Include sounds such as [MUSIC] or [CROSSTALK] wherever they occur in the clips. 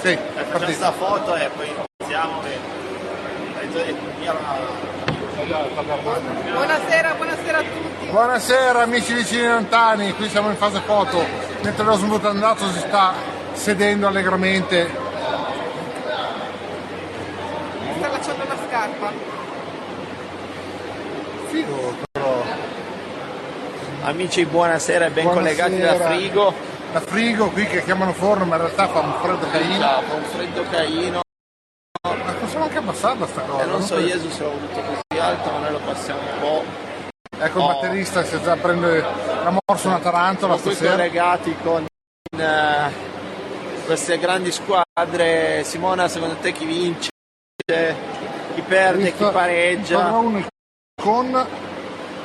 Sì, è facciamo partito. questa foto e poi iniziamo e... e- e- allora- Buonasera, buonasera a tutti. Buonasera amici vicini e lontani, qui siamo in fase foto, mentre lo smutandato si sta sedendo allegramente. Mi sta lasciando la scarpa. Figo però. Amici, buonasera e ben Buonasera. collegati da Frigo. Da frigo qui che chiamano forno, ma in realtà fa un freddo carino. Ciao, fa un freddo caino. Ma possiamo anche abbassarla sta cosa. E non Eh, so credo. Gesù se l'ho voluto così alto, ma noi lo passiamo un po'. Ecco il Oh. batterista che già prende la morsa una tarantola Qui stasera. collegati con eh, queste grandi squadre. Simona, secondo te chi vince? Chi perde? Chi Visto- Trova pareggia? uno il con.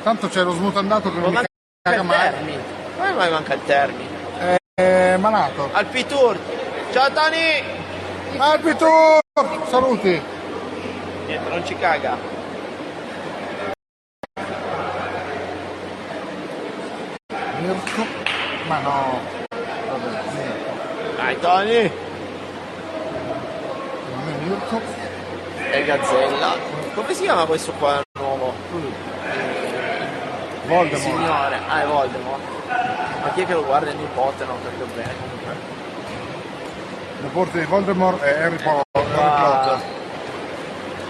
Tanto c'è lo smutandato che non mi Ma caga manca il mai. termine. Come mai manca il termine? Eh, malato. Al P-Tour. Ciao Tony! Arbitro! Saluti! Niente, non ci caga. Mirko. Ma no. Vabbè, Mirko. Dai Tony! Non è Mirko. E Gazzella. Come si chiama questo qua nuovo? Il Voldemort. signore. Ah, è Voldemort. Ma chi è che lo guarda? Il nipote, non capito bene comunque. La porta di Voldemort è Harry, Po- Harry Ah, Potter.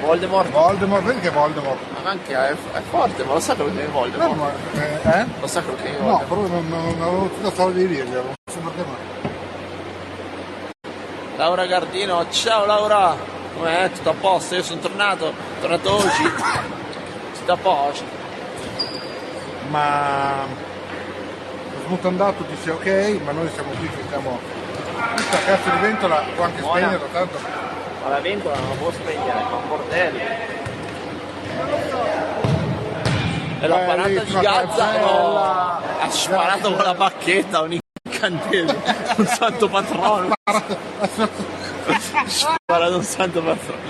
Voldemort. Voldemort, vedi che è Voldemort? Ma anche è, è forte, ma lo sa quello che è No, Voldemort. ma, eh, eh? Lo sa quello che è No, Voldemort. però non, non, non avevo tutta storia di dirglielo. Sembra che mai. Laura Gardino, ciao Laura! Com'è? Tutto a posto? Io sono tornato, tornato [COUGHS] oggi. Tutto a posto. ma lo smutandato dice ok ma noi siamo qui che stiamo questa cazzo di ventola può anche Buona. spegnere tanto Ma la ventola non la può spegnere, fa un bordello. E la Eh, parata lì di sulla Gazza no, cancella. ha sparato con la bacchetta un incantesimo, un santo patrono. Sparato un santo patrono.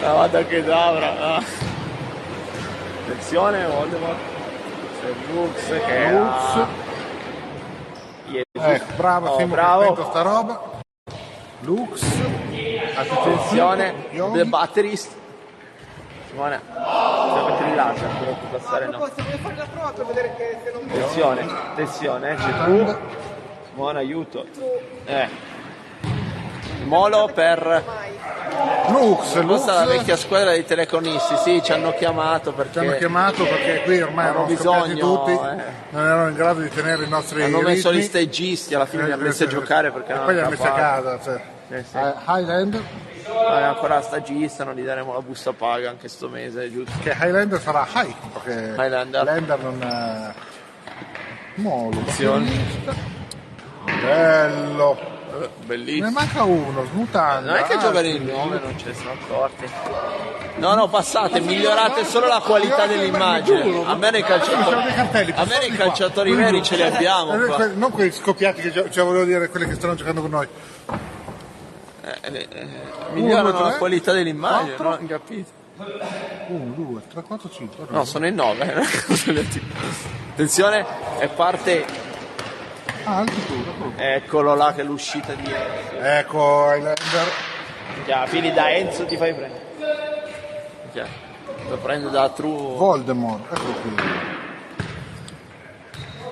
La vada che davra. ah. Attenzione, Voldemort. C'è Lux che Lux. ha- Gesù. ecco bravo ah, Oh, siamo bravo. sta roba Lux Attenzione, attenzione The Batterist. Simone, siamo trillati, non ti passare no. Posso voglio fare la prova per vedere che se non mi Attenzione, attenzione, eh, c'è tu. Simone, aiuto. Eh. Molo per mai. Lux Lux questa è la vecchia squadra dei teleconisti, sì, ci hanno chiamato ci hanno perché chiamato perché qui ormai Hanno erano scoppiati bisogno, tutti eh. non erano in grado di tenere i nostri hanno messo gli ritmi. Eh, stagisti, alla fine li ha messi a giocare perché e non poi li ha hanno messi a capato. casa cioè. Sì, sì. Eh, Highlander Ma è ancora stagista, non gli daremo la busta paga anche sto mese, giusto? che Eh, Highlander sarà High perché Highlander. non eh, è molo Attenzione. bello ne Bellissimo. manca uno smutando Non è che Ah, giocare il nome, non ce ne sono accorti. eh? No, no, passate, migliorate solo la qualità dell'immagine. A me nei Ci sono calciatori, dei cartelli, a me nei passateli qua. calciatori veri ce li abbiamo eh, qua. que- non quei scoppiati che gio- cioè volevo dire quelli che stanno giocando con noi Eh, eh, eh, migliorano due, la tre, qualità dell'immagine, quattro. no? Non capito. 1 2 3 4 5 No, sono in 9. [LAUGHS] Attenzione, e parte, ah anche tu d'accordo. eccolo là che è l'uscita di ecco Highlander Già, fini da Enzo ti fai prendere. Già, Lo prendo da True. Voldemort ecco qui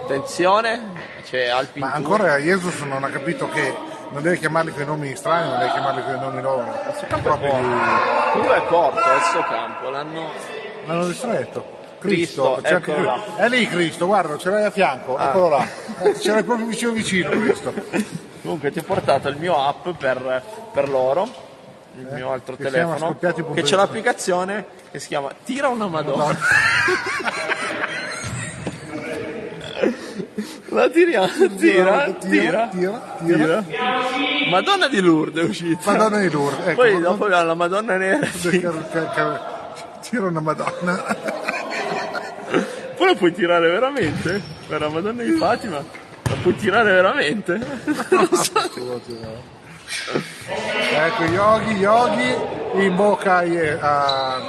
Attenzione, c'è Alpin. ma Tour. ancora Jesus non ha capito che non deve chiamarli con i nomi strani non deve chiamarli con i nomi loro proprio di- Quello è corto, questo campo, l'hanno... L'hanno distretto. Cristo, Cristo, c'è anche eccolo lui. È lì Cristo, guarda, ce l'hai a fianco, eccolo là. Eh, Ce l'hai proprio vicino vicino [LAUGHS] Cristo. Comunque ti ho portato il mio app per, per loro, il mio altro Eh, che si chiama telefono, scoppiati.it. che c'è l'applicazione che si chiama Tira una Madonna. [LAUGHS] La tiriamo, tira, tira, tira, tira, tira. Madonna di Lourdes è uscita. Madonna di Lourdes, ecco. Poi dopo abbiamo la Madonna Nera. [LAUGHS] Madonna- che- che- Tira una Madonna. [LAUGHS] Poi la puoi tirare veramente? Per la Madonna di Fatima? La puoi [LAUGHS] tirare veramente? Ecco, Yogi, Yogi in bocca a Ye- a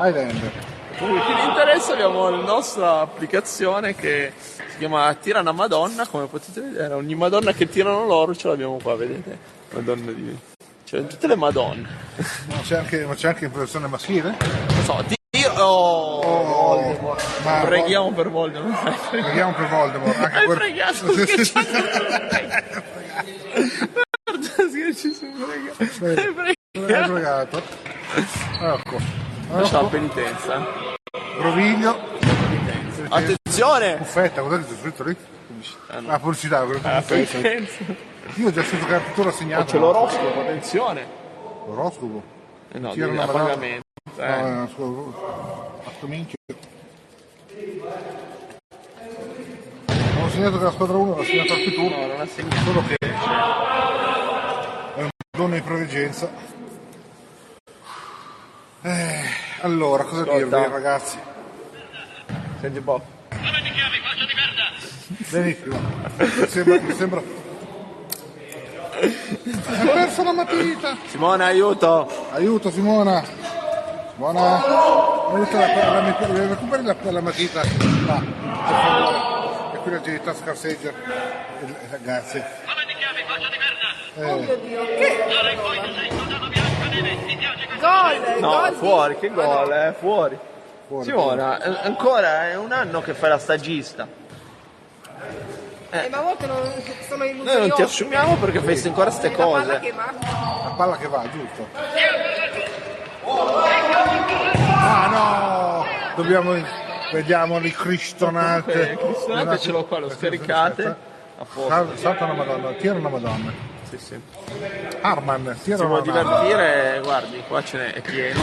Highlander. Comunque, chi vi interessa abbiamo la nostra applicazione che si chiama Tira una Madonna, come potete vedere, ogni Madonna che tirano loro ce l'abbiamo qua, vedete? Madonna di me. C'erano tutte le madonne. Ma c'è anche, ma c'è anche in protezione maschile? Non so, Dio... Oh, Voldemort. Oh, ma- Preghiamo per [LAUGHS] Voldemort. Preghiamo per Voldemort. Anche Hai quel- pregato che c'ha- [LAUGHS] Guarda che ci si frega. Hai Hai pregato. pregato. Ecco. Ciao ecco. penitenza. Groviglio. Attenzione! Buffetta, cos'è che c'è scritto lì? La pubblicità, quello Ah, che buffetta. Penitenza. Io ho già scritto che tutto rassegnato. C'è l'oroscopo, attenzione. L'oroscopo. Eh no, Sì, era di- una a banana. pagamento. No, Eh. no, scusa. Sto minchio. Ho segnato che la squadra 1 l'ha segnato anche tu, No, non ha segnato. solo che è un dono di preveggenza. Eh, allora, cosa Ascolta. dirvi ragazzi? Senti un po'. Benissimo. Mi sembra, mi sembra... Ha perso la matita! Simone, aiuto! Aiuto Simona! Simona! Aiuto la, la, la, recuperi la, la matita là, per favore. E qui la genialità scarseggia. Eh, Ragazzi. Eh, Gol, Ah, No, gol. fuori, che gol, eh, fuori. fuori. Simona, eh, ancora è un anno che fai la stagista. Eh, ma a volte non, sono illusioni. Noi non ti assumiamo perché fai ancora ste La palla cose. che va. La palla che va, giusto. Ah no! Dobbiamo. Vediamo il cristonate. Eh, Cristonate ce l'ho qua, lo scaricate. A posto. Sal- Salta la Madonna, tira una Madonna. Sì, sì. Arman, tira Si una vuole Madonna. divertire, guardi, qua ce n'è è pieno.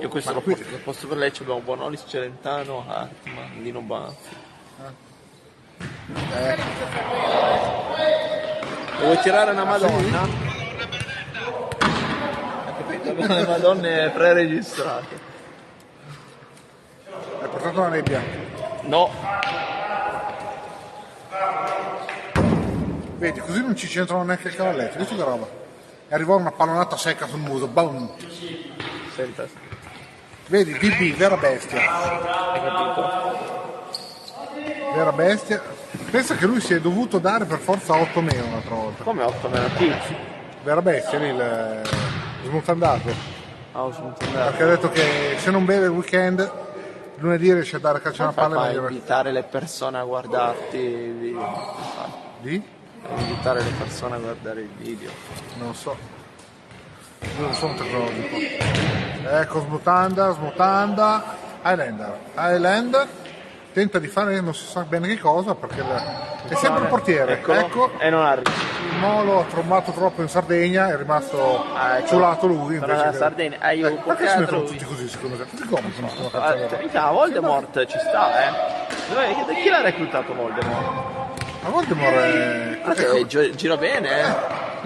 Io questo lo qui- posto, lo posto per lei, ci abbiamo Bonolis, Celentano, Hartman, Lino Banfi. Eh. Le Vuoi tirare una Ah, Madonna? Hai capito? Abbiamo le Madonne preregistrate. Hai portato la nebbia. No, Vedi, così non ci c'entrano neanche il cavalletto, questo che roba. E arrivò una pallonata secca sul muso, boom. senta, Vedi, BB, vera bestia, hai capito? vera bestia. Pensa che lui si è dovuto dare per forza 8 meno l'altra volta. Come 8 meno pizzi? Vera bestia lì, il smontandato. Ah, ho sentito andare. Perché ha detto che se non beve il weekend, lunedì riesce a dare a calcio una Fai palla fa e meglio. invitare le persone a guardarti il video. Fai. Di? invitare le persone a guardare il video. Non lo so. Io non sono tecnologico. Ecco, smutanda, smutanda. Highlander. Highlander tenta di fare non si sa bene che cosa perché la- è sempre il portiere. Eccolo. Ecco, E non arriva. il Molo ha trombato troppo in Sardegna, è rimasto Ah, ecco. ciulato lui. Però Invece la che- Sardegna- ah, io Eh, perché si peccato mettono lui. tutti così secondo te? Tutti come sono sulla Ah, cazzo loro? Mica Voldemort ci sta, eh. Dov'è- da chi l'ha reclutato Voldemort? Ma Voldemort è... Guarda che gi- gira bene, eh.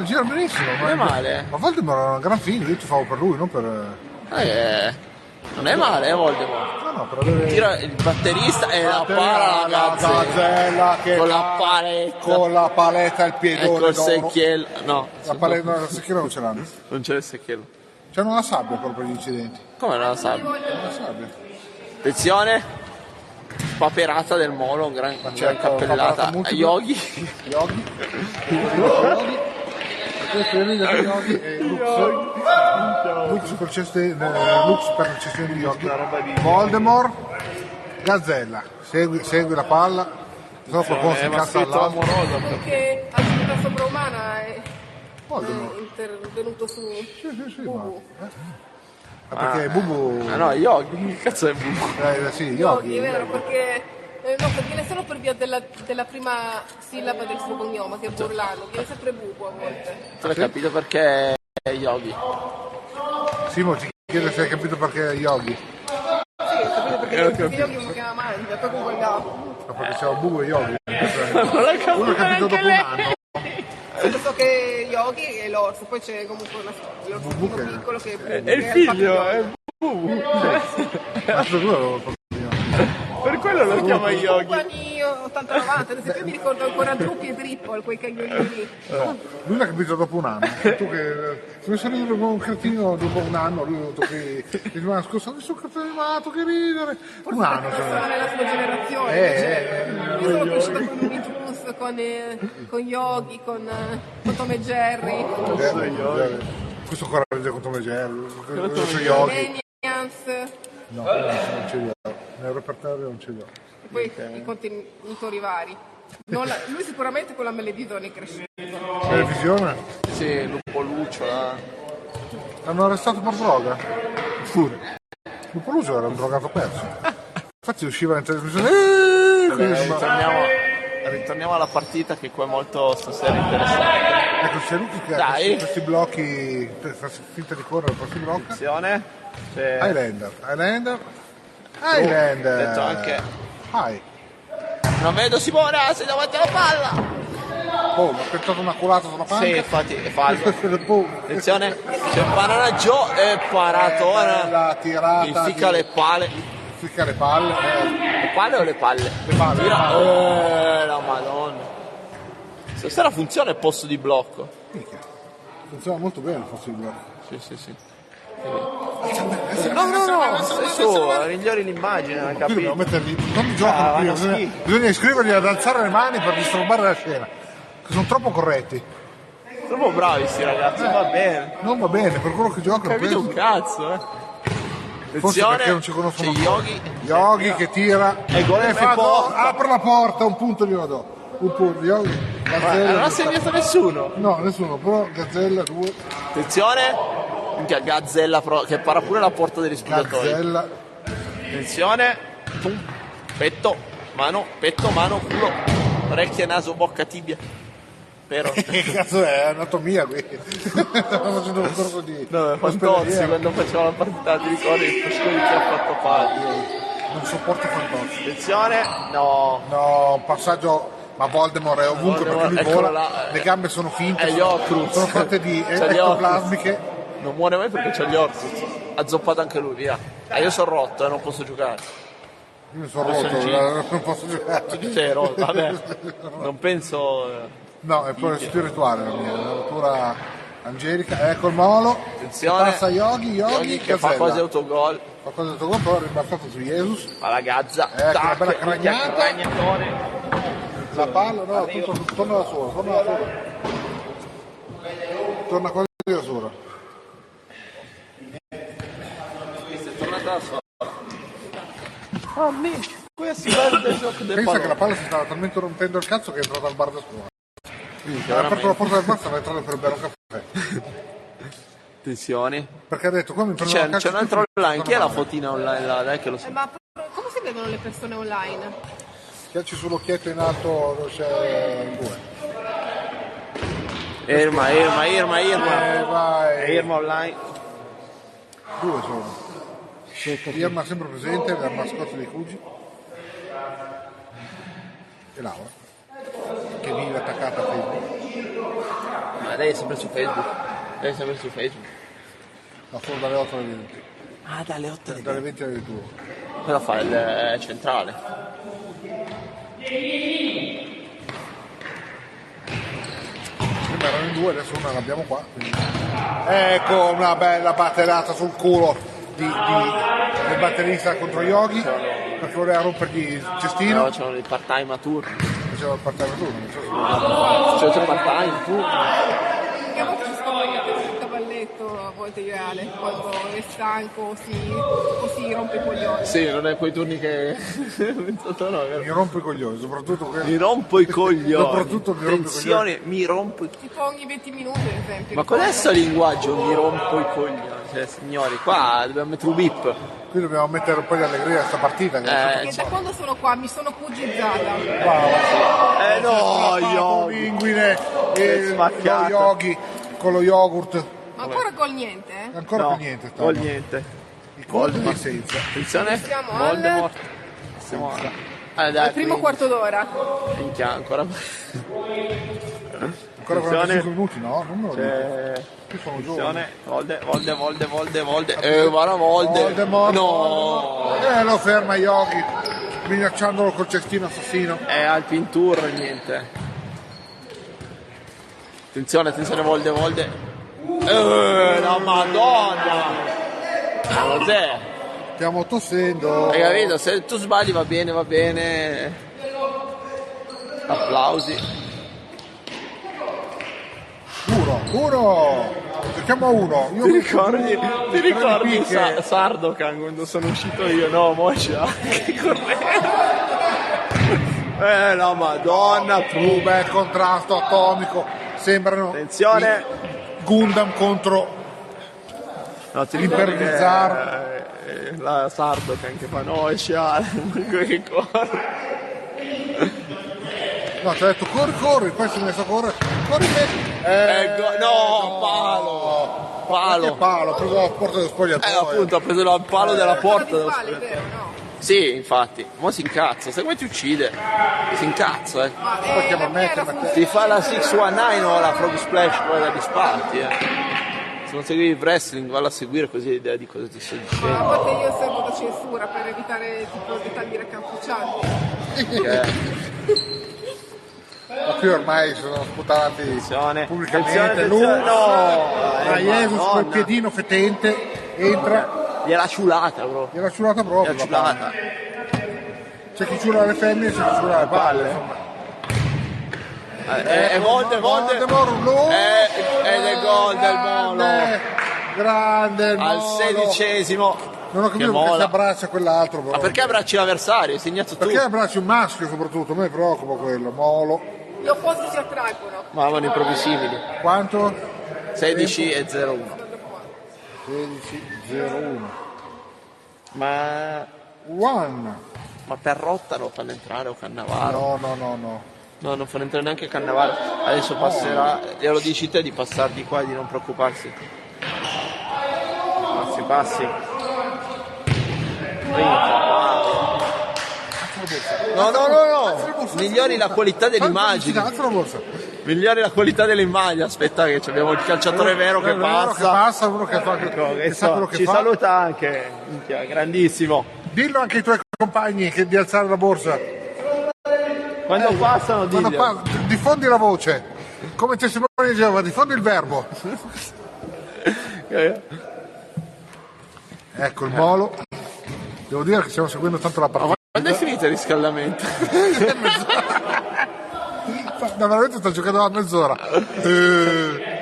eh, gira benissimo. Non è male. Ma Voldemort era un gran figlio, io ti favo per lui, non per... No, Ah, eh, Non è male, eh, Voldemort. no, per avere... Tira il batterista e la para la gazzella. gazzella che Con la va paletta. Ecco con la paletta al E piedone col d'oro. secchiello. No, la paletta no, la secchiera non ce l'hanno non c'è il secchiello. c'hanno la sabbia proprio per gli incidenti Come non lo sa? la sabbia Attenzione. Paperata del Molo, un gran, gran certo, paperata cappellata. Eh, multipla. Yogi. Yogi Yogi questo è il video di Yogi e Lux Lux, col cesto- eh, Lux per il cestino di Yogi Voldemort Gazzella segui, segui la palla se no qualcuno si Eh, ma incazza scritto all'altro amoroso. Perché ha una sovraumana è Voldemort è eh, intervenuto su. sì sì sì ma, eh. Ma perché Bubu Ah no, Yogi, che cazzo è Bubu? eh, sì Yogi, Yogi è vero, perché. eh, No, perché viene solo per via della, della prima sillaba del suo cognome, che è Burlano, viene sempre buco a volte. Tu l'hai capito perché è Yogi? Simo ci chiede se hai capito perché è Yogi, Sì, ho capito perché Eh, ho Yogi- perché Yogi mi chiama Mangia, poi con quel capo. ma perché c'era Bubu e Yogi. Non l'hai Uno ha capito dopo un anno. Solo so che Yogi è l'orso, poi c'è comunque una, l'orso Bubu che- piccolo che è Bubu, È il che il figlio, papà di è Yogi. Bubu. Altro due avevo proprio. Per quello lo chiama Yogi. Anni 80-90, ad esempio io mi ricordo ancora Drupi e Dripple, quei cagnolini lì. Lui l'ha capito dopo un anno. Tu che se mi sono venuto con un cretino dopo un anno, lui è venuto qui e rimane scorso, mi sono cazzo animato, che ridere. Un anno. Non so, cioè. nella sua generazione, Eh, invece, io sono cresciuta con Vinicius Hulk, con, eh, con Yogi, con, eh, con Tom e Jerry, Cioè, Questo coraggio con Tom e Jerry, questo Yogi. Minions, e No, non ce li ho. Nel repertorio non ce li ho. poi i contenitori vari. Non la- lui sicuramente con la Maleditone è cresciuto. Televisione? Sì, Lupo Lucio, là. L'hanno arrestato per droga? Pure. Lupo Lucio era un drogato perso. Infatti usciva in eh, televisione. "Eeeh", quindi Beh, sembra- ritorniamo, ritorniamo alla partita che qua è molto stasera interessante. Ecco, se Luchi che ha Dai. questi, questi blocchi, te- fa finta di correre, poi si blocca. Attenzione. C'è- Highlander, Highlander, Oh, Highlander. detto anche- Vai. Non vedo Simona, sei davanti alla palla. Oh, mi ha piantato una culata sulla panca. [LAUGHS] Sì, infatti è falso. Boom. Attenzione, c'è Banana Joe e Paratona. La Eh, tirata. Infica di- le palle. Ficca le palle. Eh, Le palle o le palle? Le palle. Tira. Eh, la madonna. Stasera funziona il posto di blocco. eh. Minchia. Funziona molto bene il falso di blocco. Sì, sì, sì. Eh No, no, no, sei su, migliori l'immagine, non Qui dobbiamo capito. metterli. Non giocano Ah, vanno prima, bisogna, schifo. bisogna iscriverli ad alzare le mani per disturbare la scena. Che sono troppo corretti. Troppo bravi sti ragazzi, va bene. Non va bene, per quello che giocano. Capito un penso- cazzo, eh. Forse Attenzione, perché non ci conoscono c'è ancora. Yogi. Yogi che tira E il gol è in fa porta. gol, apre la porta, un punto glielo do. Un punto, Yogi. Ma Gazzella, non ha tutta- segnato nessuno. No, nessuno, però Gazzella, due, Attenzione. Minchia, Gazzella pro- che para pure la porta degli spogliatoi. Gazzella, Attenzione. Tum. Petto, mano, petto, mano, culo. Orecchie, naso, bocca, tibia. [LAUGHS] Però. Che cazzo è? Anatomia qui. [LAUGHS] Stiamo facendo un corso di. No, è Fantozzi ospedaliero. quando faceva la partita ti ricordi il Fosconi che ha fatto palla. Non sopporto Fantozzi. Attenzione, no. No, un passaggio. Ma Voldemort è ovunque Voldemort, perché lui eccolo vola. là. Le gambe sono finte. È gli sono, Horcrux. sono fatte [LAUGHS] di C'è gli ectoplasmiche. Non muore mai perché c'ha gli orti. Ha zoppato anche lui, via. Ah, io sono rotto e non posso giocare. Io mi sono Adesso rotto, è giro. non posso Tu giocare. ti sei rotto, vabbè. Non penso. eh. No, è pure spirituale la mia, è una rottura angelica. Ecco il molo. Attenzione. Passa Yogi, Yogi, Yogi che fa Gazzella. quasi autogol. Fa cosa del tuo corpo, però è rimbalzato su Jesus. Alla Gazza. Ecco, Tac, una bella minchia, cragnata. cragnatone. La palla, no, tutto, torna da sola, torna da sola. Torna quasi da sola. Questa è tornata la sola. Oh, minchia. Questo è il gioco del Pensa che la pallone. palla si stava talmente rompendo il cazzo che è entrata al bar da scuola. Ha aperto la veramente. porta del bar, stava entrando per bere un caffè. Attenzione. Perché ha detto, qua mi prendo C'è, la cazzo c'è un tutti altro online. Chi è la male. fotina online là? Dai che lo so. Eh, Ma pro- come si vedono le persone online? Schiacci sull'occhietto in alto dove c'è il due. Irma, Irma, Irma, Eh, Irma. vai. Irma online. Due sono. Irma sempre presente, la mascotte dei Cugi. E Laura. Che vive attaccata a Facebook. Ma lei è sempre su Facebook. Lei è sempre su Facebook. Ma solo dalle 8 alle 20. Ah, dalle 8 alle Dalle 20 alle 21. Cosa fa il eh, centrale? Prima erano in due, adesso una l'abbiamo qua. quindi- Ecco una bella batterata sul culo di, di- del batterista contro Yogi perché voleva rompergli il No, cestino. c'erano dei part-time a turno. Faceva il partito tu, non so se- C'è il part-time a turno. Perché a volte ci scappa sul cavalletto, a volte io e Ale, quando è stanco o si, o si rompe i coglioni. Sì, non è quei turni che... [LAUGHS] pensato no, vero? Mi rompo i coglioni, soprattutto quello. Mi rompo i coglioni. Soprattutto mi rompo i Attenzione, mi rompo i coglioni. Tipo ogni 20 minuti, ad esempio. Ma qual è questo linguaggio? Mi rompo i coglioni. Cioè, signori, qua dobbiamo mettere un bip. Qui dobbiamo mettere un po' di allegria a sta partita. Che Eh, Perché da quando sono qua mi sono cugizzata. Eh no, io io... pinguine Sei e eh, lo smacchiato. Yogi con lo yogurt. Ma ancora col niente, eh? Ancora No, più niente stanno. col niente. Il colpo di Voldemort. senza. Attenzione, Siamo al- Voldemort. Siamo alla... Ah, dai, Al primo quindi- quarto d'ora. Minchia, ancora... Ancora Attenzione. 45 minuti, no? Non me lo dico. Eh... Qui sono giovani. Attenzione, volde, volde, volde, volde, volde. Eh, guarda, volde. Voldemort. No. Voldemort. Eh, lo ferma Yogi, minacciandolo col cestino assassino. È Eh, al pintur, niente. Attenzione, attenzione, volde, volde. Eh, la madonna. Ma cos'è? Stiamo tossendo. Hai capito? Se tu sbagli va bene, va bene. applausi. Duro, duro! Cerchiamo uno. Io Ti ricordi, ti ricordi picche. Sa- Sardokan quando sono uscito io? No, Moscia, che correva. [LAUGHS] Eh, la madonna, Un tu. bel contrasto atomico. Sembrano Attenzione. i Gundam contro. No, ti ricordi che, Iperbizzarro. eh, La Sardokan che fa Moscia, [LAUGHS] che corre. No, ci ha detto corri, corri, poi si è messo a correre. Corri te. Eh, go- no, palo. Palo. Che palo, ha preso la porta dello Eh, spogliatoio. appunto, ha preso il palo della porta. Di dello quale, specchio. vero, no? Sì, infatti. Mo si incazza, se vuoi ti uccide. Si incazza, eh. Ma Poi eh, chiama la me, mia era chiama fu- Ti fa la 619 o la Frog Splash poi la disparti, eh. Se non segui il wrestling, valla a seguire così hai idea di cosa ti sto A dicendo. volte io servo da censura per evitare tipo dettagli raccapriccianti. Che- Ma qui ormai sono sputati Attenzione. pubblicamente. Attenzione, Lux, attenzione. No, eh, Raiesus col Madonna. piedino fetente entra. Gliela ciulata, bro. Gliela ciurata proprio. Gliela la palla. ciulata. C'è chi ciura le femmine e c'è chi ciura le palle. insomma. Eh, eh, È volte, volte. Voldemort, no! Eh, Ed è gol del Grande, Molo. Grande il Al Molo. sedicesimo. Non ho Che capito perché si mola. abbraccia quell'altro. Però. Ma perché abbracci l'avversario? Hai segnato tu. Perché abbracci un maschio soprattutto? A me preoccupa quello. Molo. Gli opposti si attraggono. Mamma, improvisibili. Quanto? 16 e 01. 16-01. Ma, One. ma per Rotta lo fanno entrare o Cannavaro? No, no, no, no. No, non fanno entrare neanche Cannavaro. Adesso passerà, glielo dici te di passare di qua e di non preoccuparsi. Passi, passi. No, no, no, no. Migliori la qualità dell'immagine. Alza la borsa. Migliori la qualità dell'immagine. Aspetta che ci abbiamo il calciatore vero che È Eh, vero Che passa. passa, uno che fa, che Che sa so, quello che Ecco, ci fa. saluta anche. Minchia, grandissimo. Dillo anche ai tuoi compagni che di alzare la borsa. Quando passano Eh, Quando diglielo. pa- diffondi la voce. Come testimone di Geova, diffondi il verbo. Eh, Ecco il molo. Devo dire che stiamo seguendo tanto la partita. Quando è finito il riscaldamento? No, veramente sto giocando da mezz'ora. Eh,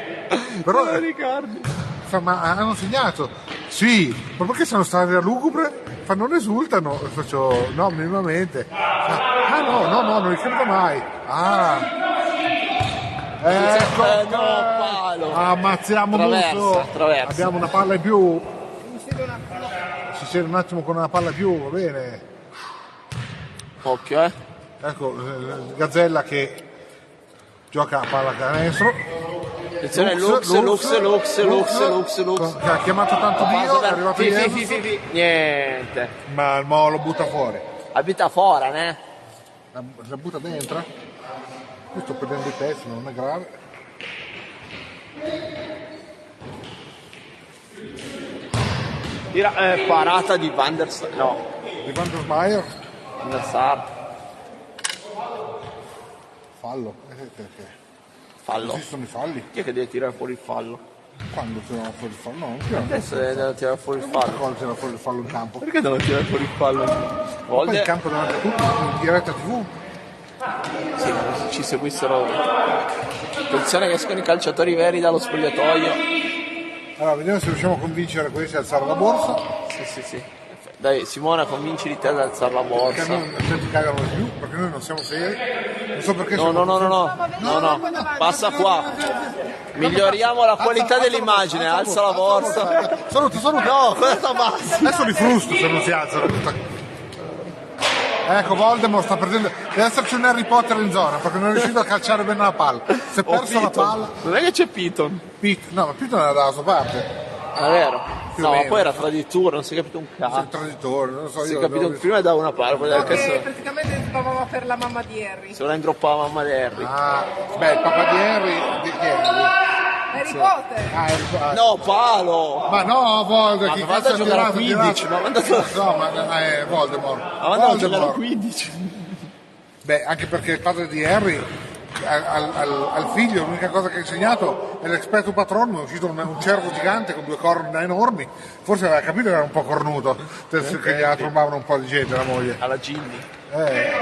Però Non ricordo. fa, ma hanno segnato. Sì, ma perché sono stati a lugubre? Fa non esultano. E Faccio no, minimamente. Fa, ah no, no, no, non li credo mai. Ah. Ecco. Eh, no, palo. Ammazziamo Traversa, Musso. traversa. Abbiamo una palla in più. Mi siedo una Ci siede un attimo con una palla in più, va bene. Occhio, eh. Ecco, eh, Gazzella che gioca a pallacanestro. Attenzione, Lux, Lux, Lux, Lux, Lux, Lux. Che ha chiamato tanto Dio, è arrivato Fi, fi, ieri, fi, fi, fi. Niente. ma il Molo butta fuori. Abita fora, eh. La, la butta dentro. Io sto perdendo i pezzi, ma non è grave. Tira- eh, parata di Van der Sar. No, Di Van der Maier, Van der Sar. fallo. Eh, eh, eh, Fallo. Così sono i falli. Chi è che deve tirare fuori il fallo? Quando tirano fuori il fallo? No, non tirano fuori il Adesso deve tirare fuori il fallo. fallo. Quando tirano fuori il fallo in campo? Perché devono tirare fuori il fallo? Poi il Volde, campo davanti a tutti, in diretta tv. sì, come se ci seguissero. Attenzione che escono i calciatori veri dallo spogliatoio. Allora, vediamo se riusciamo a convincere questi a alzare la borsa. Sì, sì, sì. Dai, Simona, convinci di te ad alzare la Perché borsa. non ti cagano di più, perché noi non siamo seri. Non so perché No, no, siamo no, no, no, no, no, passa qua. Miglioriamo la qualità dell'immagine, alza la borsa. Saluto, saluto. No, cosa sta bassa? Adesso li frusto se non si alzano. Ecco, Voldemort sta perdendo. Deve esserci un Harry Potter in zona perché non è riuscito a calciare bene la palla. Si è Oh, perso la palla. Piton. Non è che c'è Piton. Pit- no, ma Piton era dalla sua parte. Ah, È vero. Più o No, ma meno. poi era traditore, non si è capito un C'è il cazzo. traditore, non lo so. Non Ah. Si io è avevo capito visto- prima da una parte, poi dalla che cazzo. praticamente sbavava per la mamma di Harry. Se non indroppava mamma di Harry. Ah, beh, il papà di Harry. Di chi è? Harry Potter! Ah, Harry Potter. No, palo! Ma no, Voldemort, Ma chi vado cazzo a ha giocare a tirato? 15, ma vado a giocare- No, ma eh, Voldemort. Ah, Ma vanno a giocare a Voldemort. 15. Beh, anche perché il padre di Harry al, al- al- al figlio l'unica cosa che ha insegnato è l'experto patronum, è uscito un, un cervo gigante con due corna enormi, forse aveva capito che era un po' cornuto, Eh, adesso che gliela trombavano un po' di gente la moglie. Alla Ginny. Eh,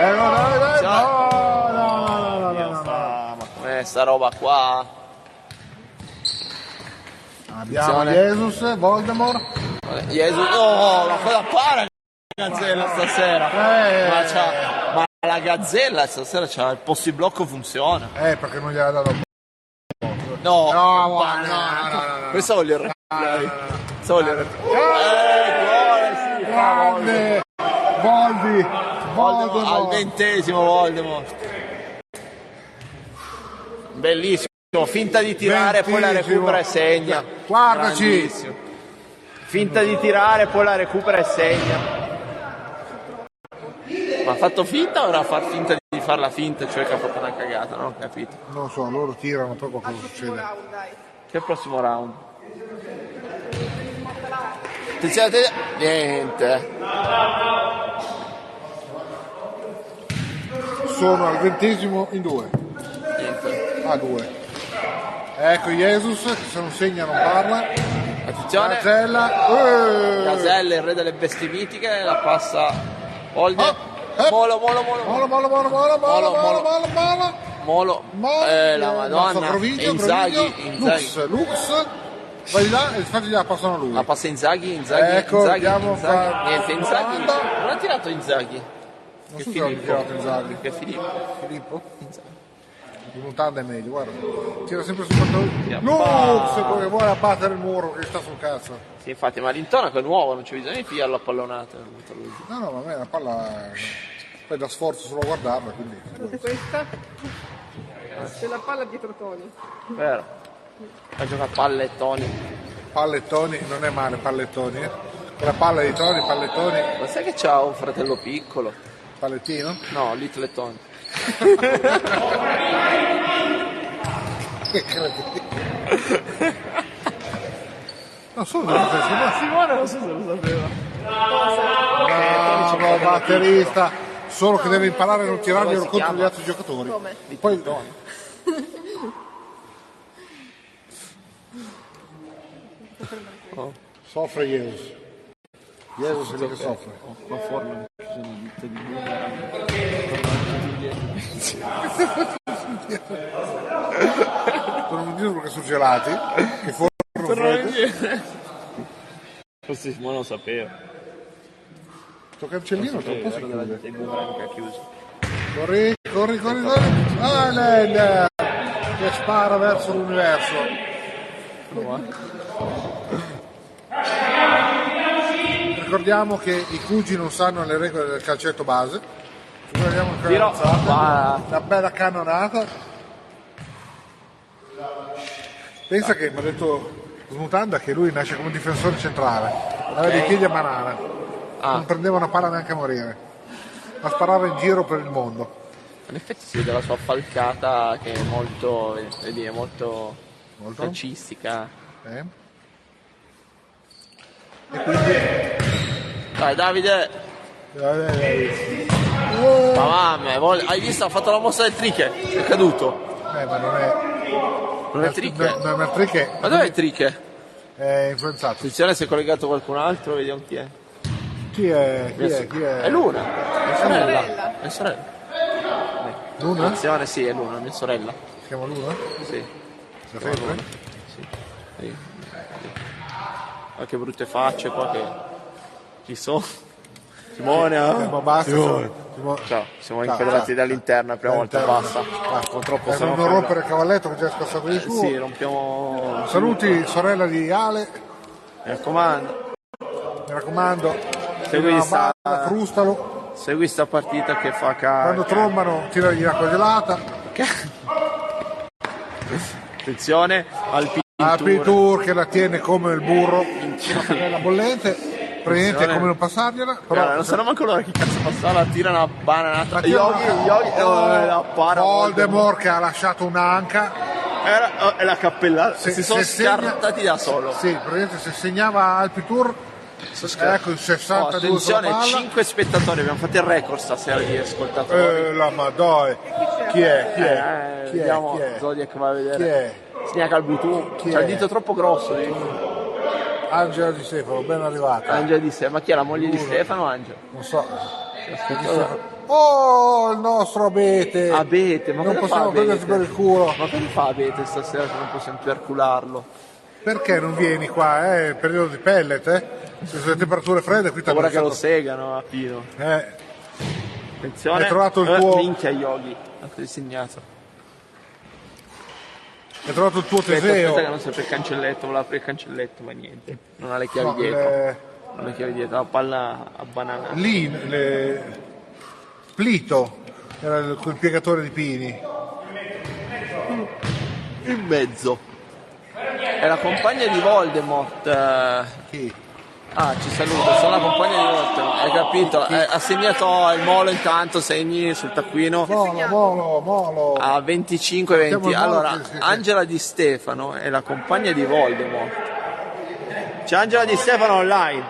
eh no, dai, dai, Ciao. no, no, eh, sta roba qua. Abbiamo Attenzione. Jesus, Voldemort. Vabbè, Gesù, oh, ma cosa para la gazzella stasera? Eh. Ma, c'ha- ma la gazzella stasera c'ha il postiblocco funziona. Eh, perché non gliel'ha dato. No, No, Ah, ma- no, no, no, no, no. Pensavo gli errori. Pensavo gli errori. Eh, cuore, sì, Grande! Voldi! Voldemort, al Voldemort! ventesimo Voldemort. Bellissimo, finta di tirare, poi la Ventesimo. recupera e segna. Guardaci. Grandissimo. Finta di tirare, poi la recupera e segna. Ma ha fatto finta o era far finta di far la finta, cioè che ha fatto una cagata? Non ho capito. Non so, loro tirano, poi Al qualcosa prossimo succede. round, Ah, dai. Che prossimo round? Attenzione, attenzione. Niente. eh. Sono al ventesimo in due. Niente. A due. Ecco Jesus, se non segna non parla. Attenzione. Gazzella. Eh! Casella, il re delle bestie mitiche, la passa Olde. Oh, eh. Molo, molo, molo. Molo, molo, molo, molo, molo, molo, molo, molo. Molo. Molo. Eh, la Basta, Madonna. Proviglio, Inzaghi, Proviglio. Lux, Inzaghi. Lux. Vai di là e infatti gliela passano a lui. La passa Inzaghi, Inzaghi, Ecco, Inzaghi, abbiamo Inzaghi. fatto- Niente, Inzaghi. Guarda. Non ha tirato Inzaghi. Non Che so se l'hanno Filippo. tirato Inzaghi. Che Filippo. Filippo? Inzaghi. Di mutanda è meglio, guarda. Tira sempre sul pantalone. Ti Lux, abbassa. quello che vuole abbattere il muro che sta sul cazzo. Sì, infatti, ma l'intonaco è nuovo, non c'è bisogno di pigliarlo a pallonate. non lo trovo. No, no, ma a me la palla poi da sforzo solo a guardarla, quindi. Guardate questa. C'è la palla dietro Tony. Vero. Ha giocato a pallettoni. Pallettoni, non è male pallettoni, eh. Quella palla di Toni, pallettoni, Ma sai che c'ha un fratello piccolo? pallettino. No, Little Tony. Che credi? Non so dove sei, ma Ah, Simone non so se lo sapeva. bravo batterista. Solo che deve imparare a non tirarglielo Come si contro chiama? gli altri giocatori. Come? Poi Oh, soffre Jesus. Jesus è lì che soffre. Oh, Qua fuori ci sono ditte di Torno indietro perché sono gelati. Che forno freddo. Questo Simone lo sapeva. Sto cancellino tra un po' si chiude. Dei boomerang che ha chiuso. Corri, corri, corri, corri. Allen che spara verso l'universo. Ricordiamo che i cugi non sanno le regole del calcetto base. Ricordiamo che Tiro. Va. una bella cannonata. Pensa che mi ha detto Smutanda che lui nasce come difensore centrale. Aveva dei piedi a banana. Ah. Non prendeva una palla neanche a morire. Ma sparava in giro per il mondo. In effetti si vede la sua falcata che è molto, vedi, è molto Molto? calcistica. Eh? E quindi... Dai Davide, Eh, ma mamma, vol- hai visto? Ha fatto la mossa del triche, è caduto. ma non è... Non è triche? Non è triche. Ma dov'è il triche? È influenzato. Attenzione se è collegato qualcun altro, vediamo chi è. Chi è? Chi è? Chi è? È Luna, mia sorella. sorella. Mia sorella. Luna? Si Attenzione, sì, è Luna, mia sorella. chiama Luna? Sì. La sempre? Sì. Sì. Ma che brutte facce qua che ci sono. Simone, eh? Ma basta. Simone. siamo- siamo- Ciao, siamo Ciao, inquadrati ciao. dall'interno la prima volta, basta. Dall'interno. Ah, Purtroppo per stiamo non rompere prendendo- il cavalletto che già è scassato di suo. Eh, Sì, rompiamo. Saluti sorella di Ale, Mi raccomando, mi raccomando. Segui la sta- banda, frustalo. segui sta partita che fa Quando caro. trombano tiragli l'acqua gelata. Attenzione Ah, al La pintura. Pitur che la tiene come il burro. Una padella bollente. Presente Attenzione. come non passargliela. Però Guarda, non sanno manco loro chi cazzo passava, la tira una bananata. Mattia- Yogi, Yogi, oh, è la para. Voldemort che ha lasciato un'anca. Era, oh, è la cappellata. Se- si sono se segna- scartati da solo. Sì, praticamente se segnava Alpitour, ecco il 62 Oh, sulla attenzione, palla. 5 spettatori, abbiamo fatto il record stasera di ascoltatori. Eh, la madoi. Chi è? Chi Eh, è? Chi è? vediamo Chi è? Zodiac va a Chi vedere. è? Signaca al butù. Chi C'ha il è? Eh. dito troppo grosso. dico. Angela Di Stefano, ben arrivata. Angela di Stefano. Ma chi è la moglie di Uno. Stefano? Angela. Non so. Di Stefano. Oh, il nostro abete! Abete, "Ah, ma Eh, non cosa possiamo fa Abete? prenderci per il culo. Ma cosa fa Abete stasera se non possiamo più arcularlo? Perché non vieni qua, eh? Periodo di pellet, eh? Se sono le temperature fredde qui ti Ora che lo hanno segano a Pino. Eh, Attenzione. Hai trovato il Eh, tuo- Minchia Yogi, ha disegnato. hai trovato il tuo Aspetta, Teseo. aspetta che non si apre il cancelletto, voleva aprire il cancelletto, ma niente. Non ha le chiavi No, eh. dietro. le- Non ha le chiavi dietro, ha la palla a banana. Lì, le- Plito, era il- quel piegatore di pini. In mezzo. È la compagna di Voldemort. eh. Chi? Ah, ci saluta, sono la compagna di Voldemort. Hai capito? Eh, Ha segnato il molo intanto, segni sul taccuino. Molo, molo, molo. a 25 20 Siamo allora molti, sì, sì. Angela Di Stefano è la compagna di Voldemort c'è Angela Di Stefano online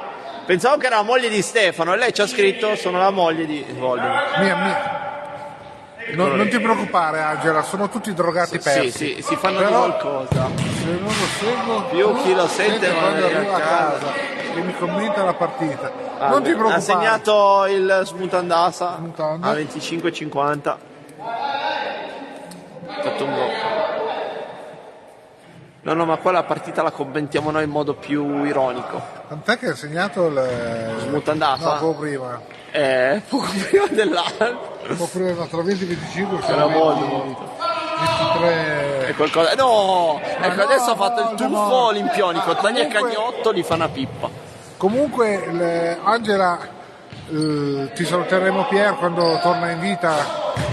pensavo che era la moglie di Stefano e lei ci ha scritto sono la moglie di Voldemort Mia, mia. Non, non ti preoccupare Angela, sono tutti drogati sì, persi. sì, si fanno di Però- qualcosa Se non lo seguo, Più chi lo sente, senti quando magari arriva a a casa. casa che mi commenta la partita. Ah, non ti preoccupare. ha segnato il Smutandasa Smutanda. a 25-50 Ha fatto un gol. no no ma qua la partita la commentiamo noi in modo più ironico Tant'è che ha segnato il Smutandata? No, poco prima. Eh, poco [LAUGHS] prima dell'altro. Poco prima, no, tra 20 e 25 Era molto Voldemort. 23. È qualcosa. No! Ecco, no, adesso ha fatto il Voldemort. tuffo olimpionico. Taglia il Comunque- cagnotto, gli fa una pippa. Comunque il- Angela eh, ti saluteremo Pier quando torna in vita.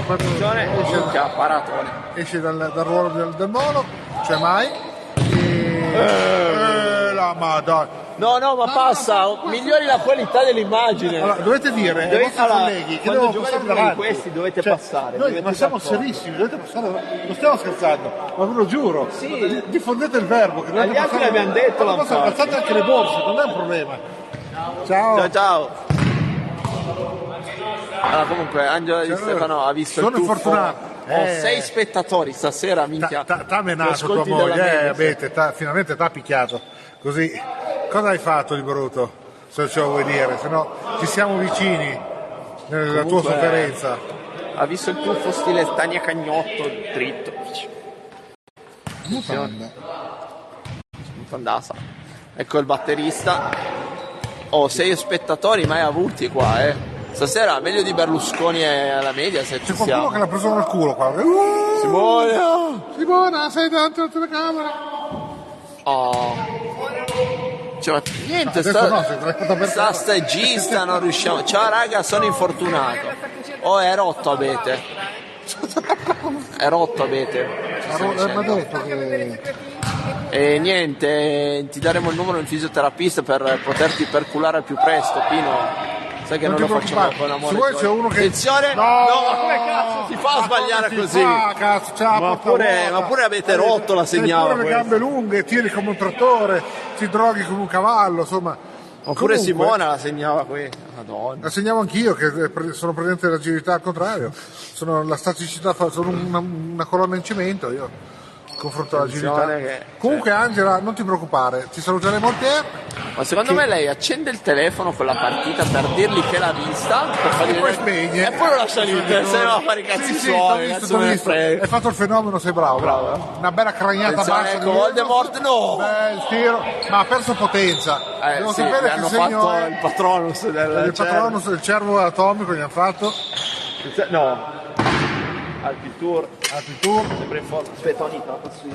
Quando esce, Minchia, paratone. esce dal, dal ruolo del, del mono, cioè mai. E... Eh, la madonna. No, no, ma passa. Migliori la qualità dell'immagine. Allora, dovete dire ai Dove- vostri allora, colleghi che quando devono giocate passare con davanti. Cioè, questi dovete passare, Noi, dovete ma siamo passare. serissimi, dovete passare davanti. Non stiamo scherzando, ma ve lo giuro. Sì. Diffondete il verbo. Che dovete Agli altri passare- l'abbiamo detto, Dovete passare- l'hanno Alzate anche le borse, non è un problema. Ciao. Ciao, ciao. Allora, comunque, Angela Di Ciao. Stefano ha visto Sono il tuffo. fortunato. Ho Eh. sei spettatori stasera, minchia. Ta- ta- T'ha Lo menato tua ascolti della moglie, eh, media, Abete, t'ha- finalmente t'ha picchiato. Così, cosa hai fatto di brutto? Se ce lo vuoi dire, se no ci siamo vicini nella Comunque, tua sofferenza. Ha visto il tuffo stile Tania Cagnotto, dritto. eh, Mutanda. Fandasa. Ecco il batterista. Oh, sei spettatori mai avuti qua, eh. Stasera meglio di Berlusconi e alla media se C'è ci qualcuno siamo. che l'ha preso nel culo qua. Uh, Simone! Simona, sei davanti alla telecamera. Oh. Cioè, niente, Adesso sta, no, sei troppo aperto. sta stagista, non riusciamo. Ciao raga, sono infortunato. Ah, Oh, è rotto abete. È rotto abete. Ma ro- eh, ma detto che... E niente, ti daremo il numero del fisioterapista per poterti perculare al più presto, Pino. Sai che non, Non ti lo facciamo preoccupare, con amore. se vuoi e c'è gioia. uno che... Attenzione! No, no, come cazzo si fa a Ma sbagliare come si così? fa, cazzo? C'ha la Ma porta pure- vuota. ma pure avete rotto la Hai segnava pure le questa. gambe lunghe, tiri come un trattore, ti droghi come un cavallo, insomma. Comunque, Oppure Simona la segnava qui. Madonna. La segnavo anch'io che eh, pre- sono presente dell'agilità al contrario. Sono la staticità, fa- sono una, una colonna in cemento io confronto all'agilità. Attenzione che- cioè Comunque Angela, non ti preoccupare, ti saluteremo al te Ma secondo me lei accende il telefono con la partita per dirgli che l'ha vista. Per fargli poi vedere- spegne. E poi lo lascia lì, se ne va a fare i Sì, cazzi sì, t'ho suoi. Eh, visto, cazzo t'ho me ne visto. frega. Hai fatto il fenomeno, sei bravo. eh. Bravo. Una bella cragnata Attenzione, bassa. ecco, di- Voldemort, no! Bel tiro, ma ha perso potenza. Eh, Devo sì, sapere gli che hanno segno fatto è. il patronus del certo. il patronus, il cervo atomico gli hanno fatto. Cervo. No. Alpitur, Altri tour. sempre in forza. Aspetta, ogni tanto sì.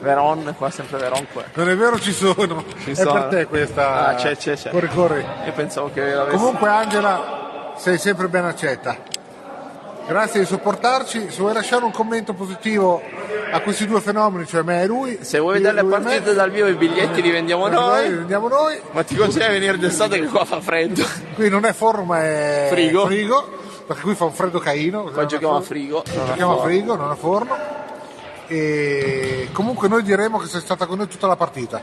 Veron, qua sempre Veron qua. Non è vero ci sono. Ci è sono. per te questa. Ah, c'è, c'è, c'è. Corri, corri. Io pensavo che l'avessi. Comunque Angela, sei sempre ben accetta. Grazie di sopportarci. Se vuoi lasciare un commento positivo a questi due fenomeni, cioè me e lui. Se vuoi io- vedere le lui e me, partite dal vivo, i biglietti li vendiamo li noi. vendiamo noi. Ma ti consiglio di venire d'estate che qua fa freddo. Qui non è forno ma è Frigo. perché qui fa un freddo caino. Qua giochiamo a frigo. non a Giochiamo a forno. frigo, non a forno. E comunque noi diremo che sei stata con noi tutta la partita.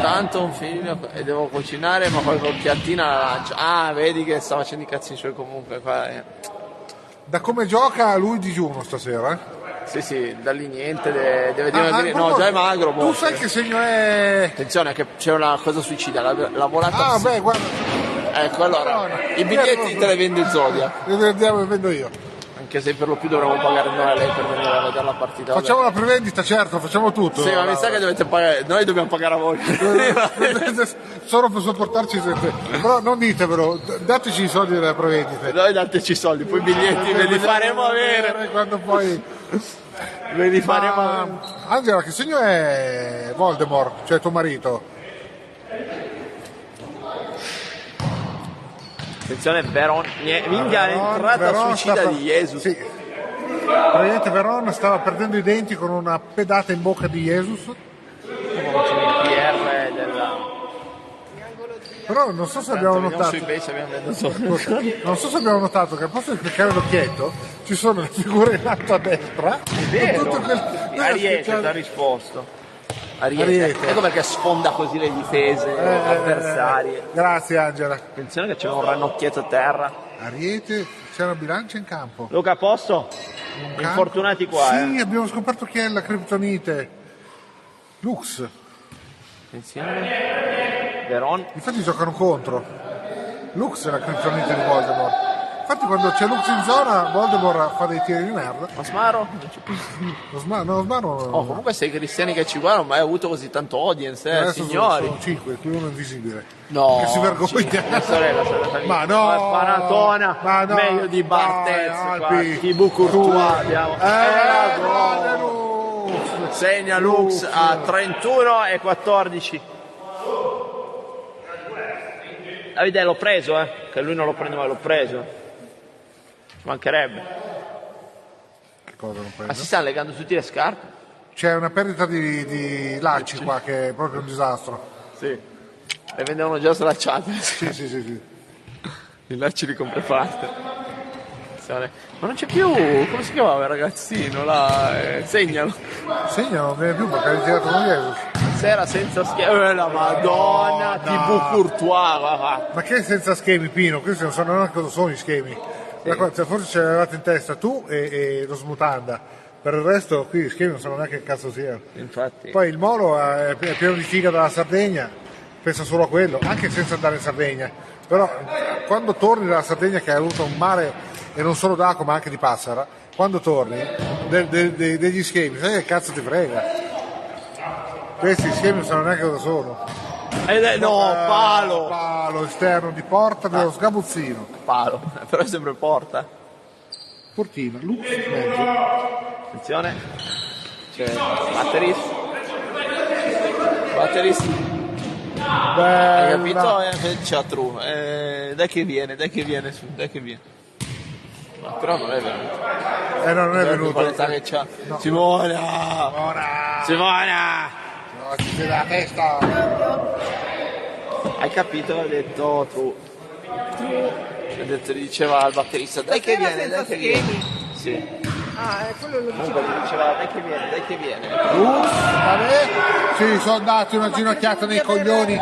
Tanto un film e devo cucinare, ma poi con piattina la lancio. Ah, vedi che sta facendo i cazzi suoi comunque. Qua, eh. Da come gioca lui digiuno stasera, eh? Sì, sì, da lì niente, de- deve dire, Ah, ah, no, proprio- già è magro. Tu boh. sai che segno è... Attenzione che c'è una cosa suicida, la, la volata. Ah, beh, guarda, ecco, allora, Madonna. i biglietti te li vende il Zodiac, le andiamo e vendo io. anche se per lo più dovremmo pagare noi a lei per venire a vedere la partita. vabbè. Facciamo la prevendita, certo, facciamo tutto. Sì, ma mi sa che dovete pagare, noi dobbiamo pagare a voi. [LAUGHS] [LAUGHS] Solo per sopportarci sempre. Però non ditevelo, d- dateci i soldi della prevendita. Noi dateci i soldi, poi i biglietti ve li faremo avere, Quando poi... ve li faremo avere. Ma, Angela, che segno è Voldemort, cioè tuo marito? Attenzione, Veron, nie- minchia, è entrata Veron sta suicida per- di Jesus. Sì. Praticamente Veron stava perdendo i denti con una pedata in bocca di Jesus. PR della... Però non so se abbiamo Vediamo sui notato. pesci, abbiamo detto solo. Non so se abbiamo notato che al posto di cliccare l'occhietto ci sono le figure in alto a destra. È vero. con tutte quelle- quelle Ariete schiacciate. ha risposto. Ariete. Ariete. Ecco perché sfonda così le difese Eh, avversarie. Grazie Angela. Attenzione che c'è un ranocchietto a terra. Ariete, c'è una bilancia in campo. Luca a posto? Un campo. Infortunati qua, eh. Sì, abbiamo scoperto chi è la criptonite. Lux. Attenzione. Veron. Infatti giocano contro. Lux è la criptonite di Voldemort. Infatti quando c'è Lux in zona, Voldemort fa dei tiri di merda. Osmaro. Lo sma- no, lo smano... Oh, comunque se i cristiani che ci guardano, mai avuto così tanto audience, eh, adesso signori. sono 5, qui uno invisibile. No, Che si vergogna. Mia sorella è andata lì. Ma no, Qua è Paratona, ma no, meglio di Bartez, dai, qua, Alpi, Thibaut Courtois tu- abbiamo. Eh, Eh, grande Lux. Segna Lux a 31 e 14. Davide l'ho preso, eh, che lui non lo prendeva, l'ho preso. Ci mancherebbe. Che cosa non prendo? Ma si stanno legando tutte le scarpe? C'è una perdita di, di lacci qua che è proprio un disastro. Sì. Le vendevano già slacciate. [LAUGHS] Sì, sì, sì, sì. I lacci li compra parte. Attenzione. Ma non c'è più, come si chiamava il ragazzino là? Eh, segnalo. Segna non viene più perché ha ritirato con Jesus. Sera senza schermo. Eh, la madonna, no. TV Courtois. va, va. Ma che senza schemi, Pino? Questi non sanno neanche cosa sono gli schemi. La cosa- cioè, forse ce l'avevate in testa tu e, e lo smutanda. Per il resto qui gli schemi non sanno neanche che cazzo sia. Infatti. Poi il Moro è è pieno di figa dalla Sardegna, pensa solo a quello, anche senza andare in Sardegna. Però quando torni dalla Sardegna che hai avuto un mare e non solo d'acqua ma anche di passera, quando torni de- de- de- degli schemi, sai che cazzo ti frega? Questi schemi non sanno neanche cosa sono. Ed è, Eh, no, Oh, palo. Ah. Palo esterno di porta dello sgabuzzino. Palo. Però è sempre porta. Portina, Lux mezzo. Attenzione. C'è Batteris. Batteris. Hai capito? Bella. Eh, che c'ha true. Eh, dai che viene, dai che viene su, dai che viene. Ma però non è venuto. Eh no, non è Guarda che venuto. qualità che c'ha. No. Simona! Ora! Simona! No, ci sei la testa! Hai capito? Ha detto tu. Ha detto, gli diceva al batterista, dai che Stasera viene, dai senza che viene. schemi. Sì. Ah, eh, quello lo dicevo. Comunque gli diceva, dai che viene, dai che viene. Lux, vabbè! Sì, sono dati una ginocchiata nei coglioni.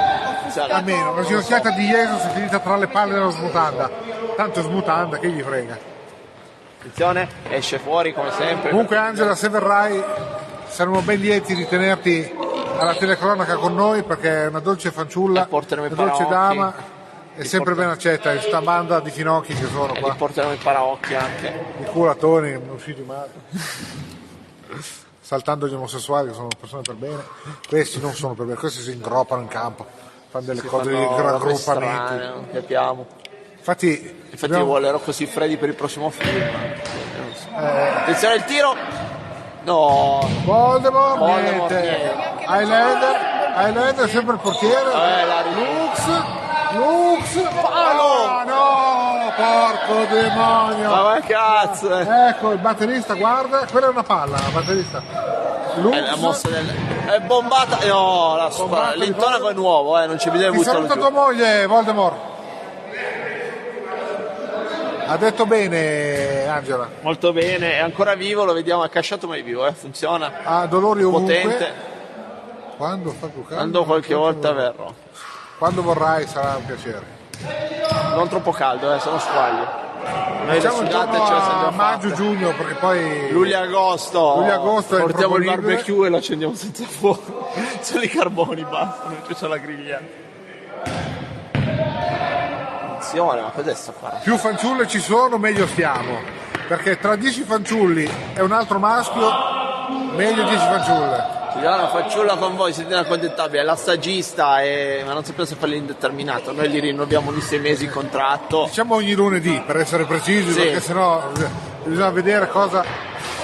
Sarà. Almeno, una ginocchiata di Jesus è finita tra le palle della smutanda. Tanto è smutanda, che gli frega. Attenzione, esce fuori come sempre. Comunque Angela, se verrai saremo ben lieti di tenerti alla telecronaca con noi perché è una dolce fanciulla, E porteremo i una dolce paraocchi. dama è sempre ben accetta in sta banda di finocchi che sono E qua, li porteremo in paraocchi anche. i culatoni, usciti male, saltando gli omosessuali che sono persone per bene, questi non sono per bene, questi si ingroppano in campo, fanno delle Si cose di fanno robe strane, raggruppamenti. non capiamo. Infatti, Infatti dobbiamo- volerò così freddi per il prossimo film. Non so. Attenzione il tiro. No. Voldemort, Voldemort, niente. niente. Highlander, Highlander sempre il portiere. Eh, la ri- Lux, Lux, Palo! Ah, no, porco demonio. Ma che cazzo. eh. Ecco il batterista, guarda, quella è una palla, la batterista. Lux, È la mossa del. È bombata. No, la spara. Bombata di L'intonaco è nuovo, eh, non ci bisogna ti buttarlo saluta tua giù. moglie, Voldemort. Ha detto bene Angela, Molto bene, è ancora vivo, lo vediamo, è casciato ma è vivo, eh, funziona. ha dolori ovunque. Potente. Quando fa più caldo? Andò qualche volta verrò. Quando vorrai sarà un piacere. Non troppo caldo, eh, se no squaglio. Noi Facciamo le il sfilate giorno ce le siamo già a fatte. maggio-giugno perché poi... Luglio-agosto. Luglio-agosto è il Portiamo il proponibile. barbecue e lo accendiamo senza fuoco. [LAUGHS] Solo i carboni, basta, non c'è la griglia. Attenzione, ma cos'è sta qua? Più fanciulle ci sono, meglio stiamo. Perché tra 10 fanciulli e un altro maschio, meglio 10 fanciulle. Ci dà una fanciulla con voi, siete inaccontentabili, è la stagista, e... ma non sappiamo se farli indeterminato. Noi gli rinnoviamo ogni sei mesi il contratto. Diciamo ogni lunedì, per essere precisi, Sì. perché sennò eh, bisogna vedere cosa...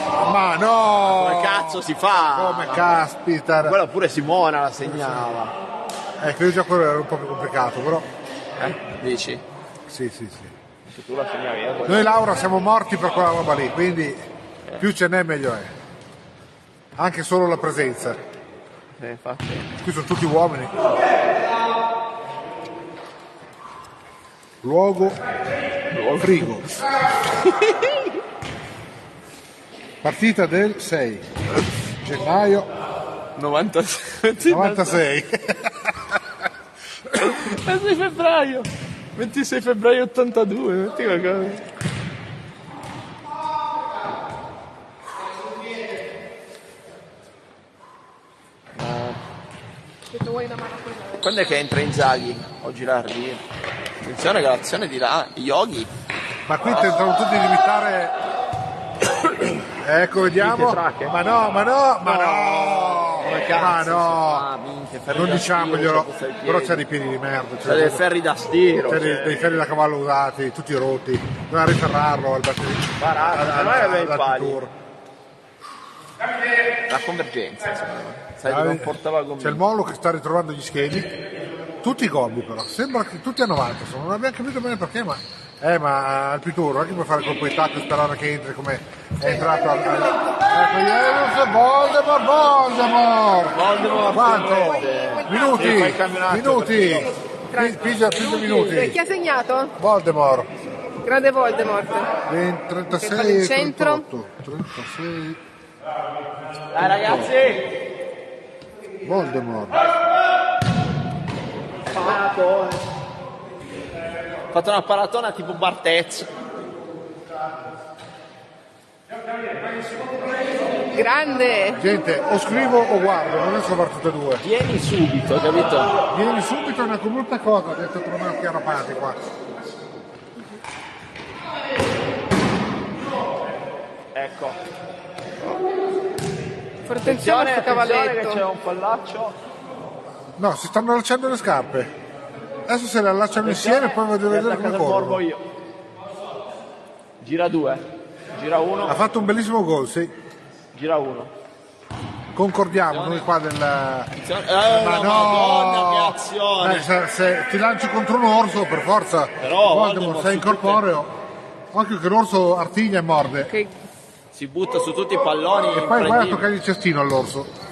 Ma no! Come cazzo si fa? Come caspita! Quella pure Simona la segnava. Ecco, io già quello era un po' più complicato, però... Eh? Dici? Sì, sì, sì. Che tu la segnavi, eh? Noi Laura siamo morti per quella roba lì, quindi più ce n'è meglio è. Anche solo la presenza. Eh, infatti. Qui sono tutti uomini. Luogo frigo. Partita del 6 gennaio 96. 96. 26 febbraio 26 febbraio 82 metti qualcosa Se tu vuoi una mano con me. quando è che entra Inzaghi o Girardi attenzione che l'azione di là Yogi Ma qui tentano tutti di imitare. [COUGHS] Ecco, vediamo. Ma no, ma no, ma no. Ah, Ma no. Non diciamo, diciamoglielo, però c'ha dei piedi di merda. c'è C'è, Cioè, dei ferri da stiro c'è cioè. dei, dei ferri da cavallo usati, tutti rotti. Doveva riferrarlo al batterista. Barato, Ah, ormai aveva i pali. tour. la convergenza secondo me. sai che Ah, Cioè, non portava con C'è il Mollo che sta ritrovando gli schemi. Tutti i colpi però, sembra che tutti a 90 sono, non abbiamo capito bene perché, ma. Eh, ma al Pituro, anche puoi fare colpo di tacco e sperare che entri come è entrato al. al- Ecco, Ielus, Voldemort, Voldemort! Voldemort Quanto? Minuti! Sì, fai il campionato. Minuti! Pi- Pigia, pigia Eh, Chi minuti! ha segnato? Voldemort, Grande Voldemort. ben Che fa il 36 centro? 38, 36, dai ragazzi Voldemort. ho fatto una paratona tipo Bartez Grande. Gente, o scrivo o guardo, non riesco a fare tutte e due. vieni subito capito Vieni subito una brutta cosa, ha detto Tromarchi Arapati qua. ecco Fortenzione questo che cavalletto. c'è un pallaccio No, si stanno allacciando le scarpe. Adesso se le allacciano insieme e poi voglio vedere come corvo corrono. io. Gira 2, gira 1, Ha fatto un bellissimo gol, sì. gira 1. Concordiamo noi qua del... Eh, ma no! Madonna, che azione! Eh, se, se ti lanci contro un orso, per forza. Però Voldemort sei su incorporeo. Occhio che l'orso artiglia e morde. Che Si butta su tutti i palloni. E poi vai a imprendibili. toccare il cestino all'orso.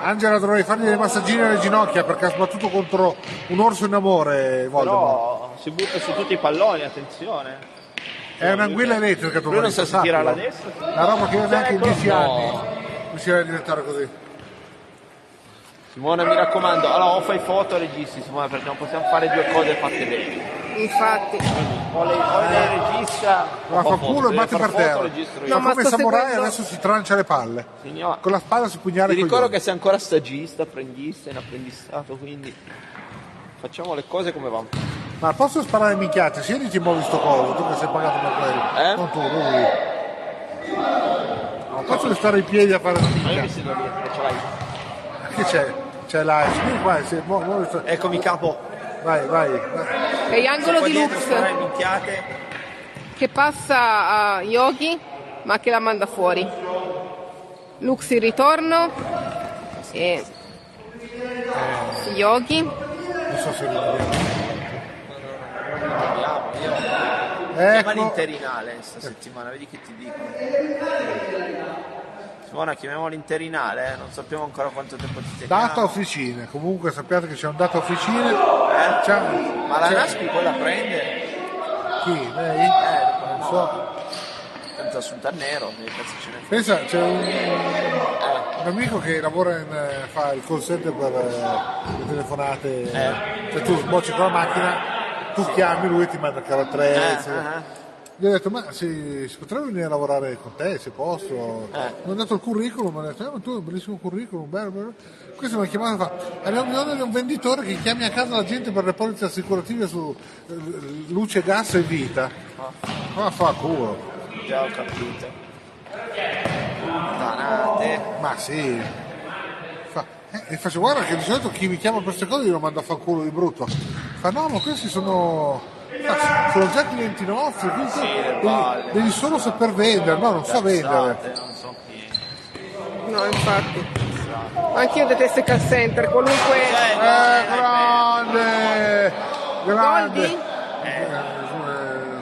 Angela dovrei fargli dei massaggini alle ginocchia perché ha sbattuto contro un orso in amore, Voldemort. Però si butta su tutti i palloni, attenzione. È un'anguilla elettrica tu cioè, Lui non sa se tira la la destra. La roba che io neanche in Ecco. 10 No. anni mi si deve diventare così. Simone mi raccomando, allora o fai foto o registi Simone perché non possiamo fare due cose fatte bene. infatti. O lei, o lei regista o Ma fa fa foto. culo e Se batte per deve far foto, terra. registro io. Ma No, ma come sto samurai seguendo- adesso si trancia le palle. Signora, Con la spada si pugnare Ti i ricordo coglioni. che sei ancora stagista, apprendista, in apprendistato, quindi facciamo le cose come vanno. Ma posso sparare minchiate? Siediti e muovi sto collo, tu che sei pagato per quello. Eh? Non tu, lui. Non posso restare in piedi a fare la Ma io minchia. mi siedo dietro, ce l'hai. Che c'è? C'è la... Vieni qua, se muo- muovi sto- Eccomi capo. Vai, vai. vai. E angolo di Lux minchiate. che passa a Yogi ma che la manda fuori. Lux in ritorno e Yogi. Non so se lo Chiama vediamo. Ecco. l'interinale questa settimana, vedi che ti dico. Simona, chiamiamo l'interinale, eh, non sappiamo ancora quanto tempo ti teniamo. Data officine. Comunque sappiate che c'è un data officine. Eh? C'è... Ma la c'è- Naspi poi la prende? Chi? Lei? Eh, Non so. Senza assunta nero, che cazzo ce ne frega. Pensa, c'è un, un amico che lavora in, eh, fa il call center per eh, le telefonate. Eh. Cioè tu sbocci con la macchina, tu chiami lui e ti manda carattrezze. Ah, ah, ah. Gli ho detto, ma se, se potrei venire a lavorare con te, se posso. Eh. Mi hanno dato il curriculum, mi hanno detto, eh, ma tu hai un bellissimo curriculum, bello, bello. Questo mi ha chiamato e fa, abbiamo bisogno di un venditore che chiami a casa la gente per le polizze assicurative su eh, luce, gas e vita. Ah. Ma fa culo. Già ho capito. Danate. Ma sì. Fa, eh, e faccio guarda che di solito chi mi chiama per queste cose glielo mando a far culo di brutto. Fa no, ma questi sono. fa, sono già clienti nostri, quindi tu del devi, Valle. devi solo saper vendere, no, non sa vendere. Cazzate, non so chi. No, infatti. Anch'io detesto i call center, qualunque... Eh, Eh, no, grande! Grande! Goldi? Eh, sono,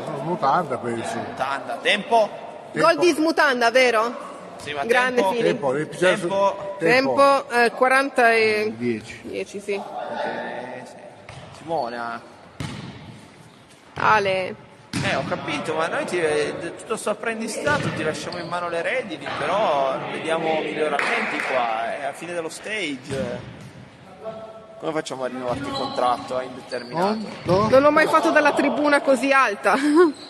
sono smutanda penso. Tanda, tempo? Gol di smutanda, vero? Sì, ma Grande tempo? Fili. Tempo, devi pigiare su- Tempo. Tempo eh, 40 e 10. 10, sì. Eh, sì. Simona. Ale, ah. Eh, ho capito, ma noi ti, eh, tutto sto apprendistato ti lasciamo in mano le redini, però vediamo miglioramenti qua, è a fine dello stage. Come facciamo a rinnovarti il contratto a indeterminato? Pronto? non l'ho mai fatto dalla tribuna così alta. [LAUGHS]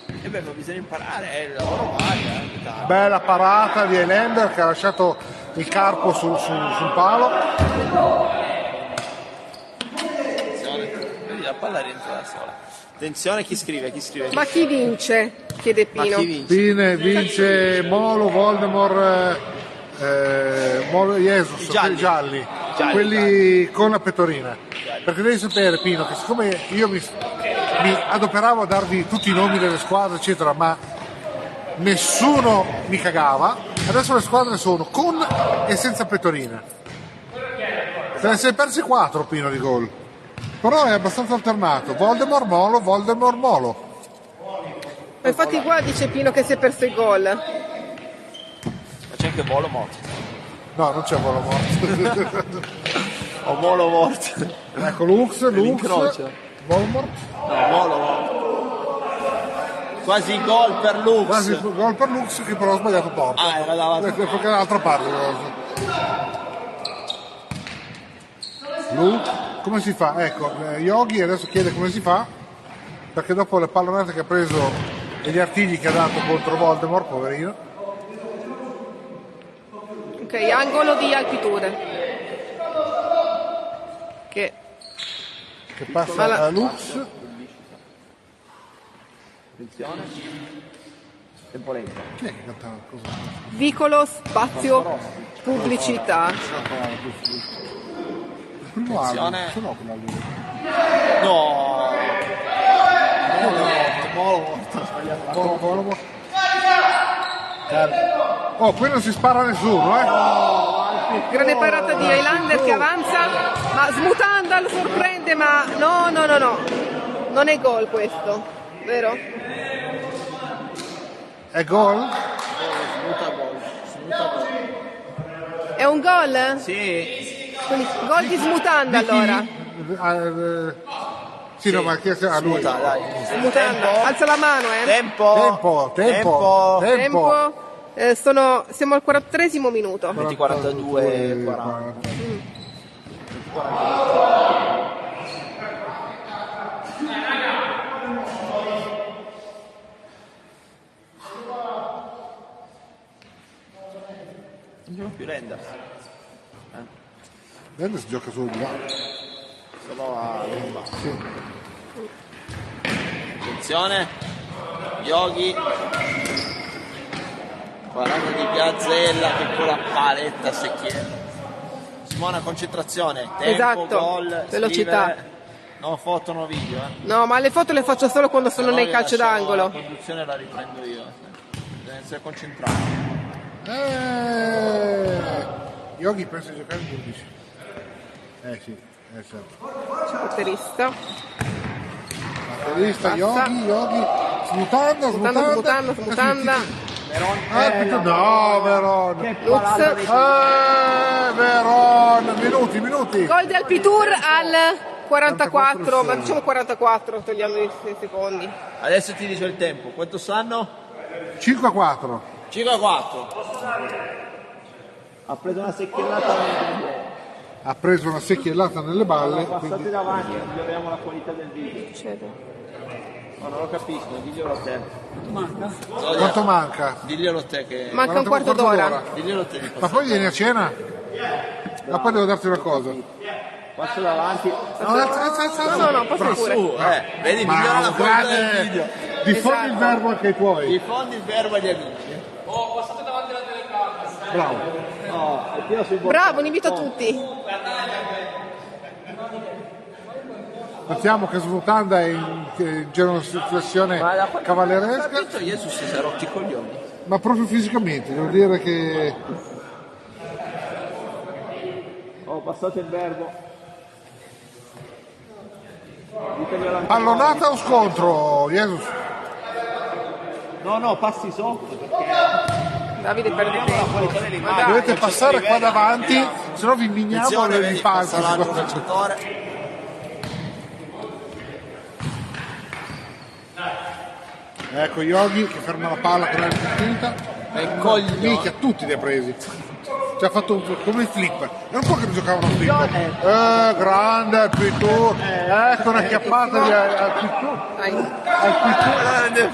E Eh beh, ma bisogna imparare, eh, il lavoro varia, eh, tanto. Bella parata di Elender che ha lasciato il carpo sul, sul- sul palo. Attenzione, vedi, la palla rientra da sola. Attenzione chi scrive, chi scrive. Ma chi vince? Chiede Ma Pino. chi vince? Fine, vince Molo, Voldemort, eh, eh, Molo e Jesus, I quelli gialli. gialli, Gialli, quelli con la pettorina. Perché devi sapere Pino che siccome io mi, mi adoperavo a darvi tutti i nomi delle squadre eccetera, ma nessuno mi cagava, adesso le squadre sono con e senza pettorina. Se ne sei persi 4 Pino di gol. Però è abbastanza alternato. Voldemort Molo, Voldemort Molo. Ma infatti qua dice Pino che si è perso il gol. Ma c'è anche Molo morto. No, non c'è Molo [LAUGHS] morto. O Molo morto. Ecco Lux, Lux, l'incrocio. Volmort, No, Molo morto. Quasi gol per Lux. quasi fu- gol per Lux che però ha sbagliato porta. Ah, era davanti. Perché perché dall'altra parte. eh. Lux, come si fa? Ecco, eh, Yogi adesso chiede come si fa, perché dopo le pallonate che ha preso e gli artigli che ha dato contro Voldemort, poverino, Ok, angolo di altitudine. Che che passa Ma la- a Lux, Attenzione. Tempo lento. chi è che cantava? Cosa? vicolo spazio pubblicità. Il primo Attenzione. album, se no quella lì. No! Molo morto, ho sbagliato. Volo, volo, volo. Oh, qui non si spara nessuno, eh? Oh, Grande parata di Highlander che avanza, ma smutanda lo sorprende, ma no, no, no, no. Non è gol questo, vero? È gol? Smuta gol. Smuta gol. È un gol? Sì, Quindi gol di smutanda Di chi? allora. Eh, eh, sì, no, ma chi è a lui? smuta, dai. Smutanda. Alza la mano, eh. Tempo. Tempo, tempo, Tempo. tempo. Tempo. Eh, sono, siamo al 43 minuto. 42, 40. Non più lenda. Vedete si gioca solo di là. Solo a Lumba. Sì. Attenzione. Yogi. 40 di Gazzella che con la paletta se chiede. Simona concentrazione, tempo, Esatto, gol, velocità. scrivere. No foto, no video. Eh. No, ma le foto le faccio solo quando sono Se no nei le calci lasciamo La d'angolo. conduzione la riprendo io. Bisogna essere concentrati. Eh, Yogi pensa di giocare in 11. Eh sì, eh certo. Batterista. Batterista, Passa. Yogi, Yogi, smutanda, Eh, Smutanda, smutanda. smutanda, smutanda. Veron, Ah, eh, tutto- la- no, Veron. palata di- Eh, Veron, minuti, minuti. Gol del Pitur al 44, ma 44, diciamo 44, togliamo i sei secondi. Adesso ti dico il tempo. Quanto stanno? 5 a 4. 5 a 4. Ha preso una secchiellata. ha preso una secchiellata nelle balle, quindi davanti, miglioriamo la qualità del video. Succede. No, non lo capisco, diglielo a te. Quanto manca? Diglielo a te che... Manca un quarto d'ora. Diglielo a te di Ma passare. poi vieni a cena? Ma poi devo darti una cosa. Passo davanti. No, alza, alza, alza, No, alza. no, no, passa Bra- pure. Su, eh, vedi, Ma migliora la qualità del guarda, video. diffondi il Esatto. verbo anche ai tuoi. Diffondi il verbo agli amici. Bravo. No, è pieno sui bottoni. Bravo, un invito a tutti. Partiamo che svuotanda è in, in genuflessione Ma da quando- cavalleresca, Capito, Gesù si sarà rotti i coglioni. ma proprio fisicamente, devo dire che Oh, passate il verbo. Diteglielo anche Pallonata o scontro, Jesus? voi. No, no, passi sotto. perché Davide perde abbiamo la tempo. qualità dell'immagine. dai, Ah, Dovete Ah, Non c'è passare livello, qua davanti, andiamo. se no vi miniamo Attenzione, e vedi, vi passa l'altro panzo. calciatore. Ecco Yogi che ferma la palla con la distinta. E Minchia, coglione. tutti li ha presi. Ci ha fatto un, come il flip. Era un po' che non giocavano a flip. Coglione. Eh, grande, Pitu. Eh, Ecco una chiappata di, al Pitu. Dai.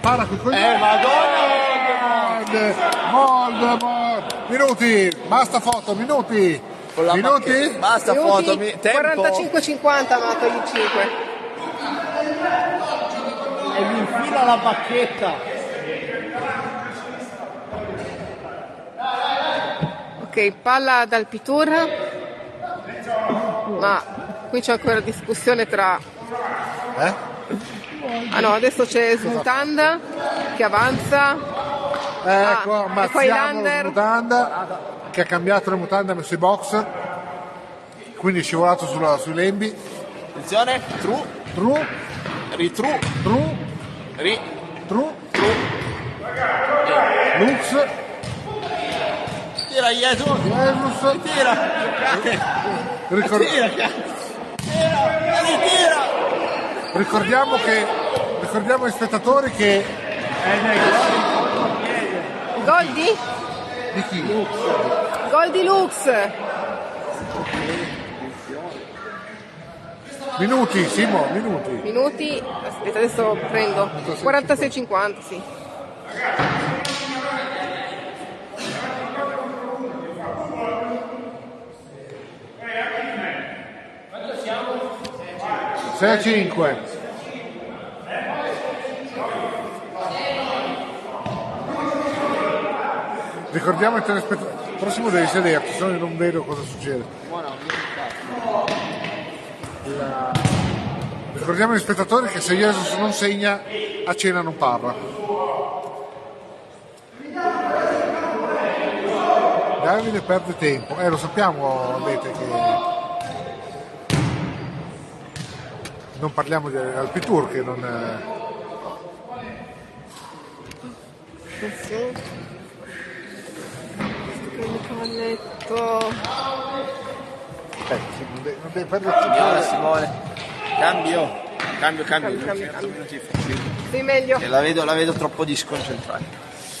Para con coglione. Eh, madonna. Grande, Voldemort. Minuti, basta foto, minuti. Con la Minuti? macchina. Basta Minuti foto, mi- tempo. 45-50 ma togli 5. E mi infila la bacchetta. Ok, palla dal Piturra. Ma qui c'è ancora discussione tra Eh? Ah no, adesso c'è Smutanda che avanza. Ecco, Ah, e poi ammazziamo la Lander. mutanda che ha cambiato le mutande, ha messo i box, quindi è scivolato sulla- sui lembi. Attenzione, tru, Tru, ritru, tru, ri, tru, tru. Lux, Tira Gesù, Jesus, tira, ricor- tira, cazzo. tira, tira. ricordiamo che ricordiamo agli spettatori che Gol di? di chi? Gol di Lux. Minuti, Simo, minuti. Minuti, aspetta adesso prendo. 46-50, sì. Sei a 5. Ricordiamo ai telespettatori. Prossimo devi sederti, se no io non vedo cosa succede. La- Ricordiamo agli spettatori che se Jesus non segna, a cena non parla. Davide perde tempo, eh lo sappiamo avete che non parliamo di Alpitur che non eh, Il cavalletto. aspetta, sì, non deve, non deve perdere tempo. Signora Simone, cambio, cambio, cambio. Cambio, cambio, cambio. Minuti effettivi. Sei meglio. E la vedo, la vedo troppo disconcentrata.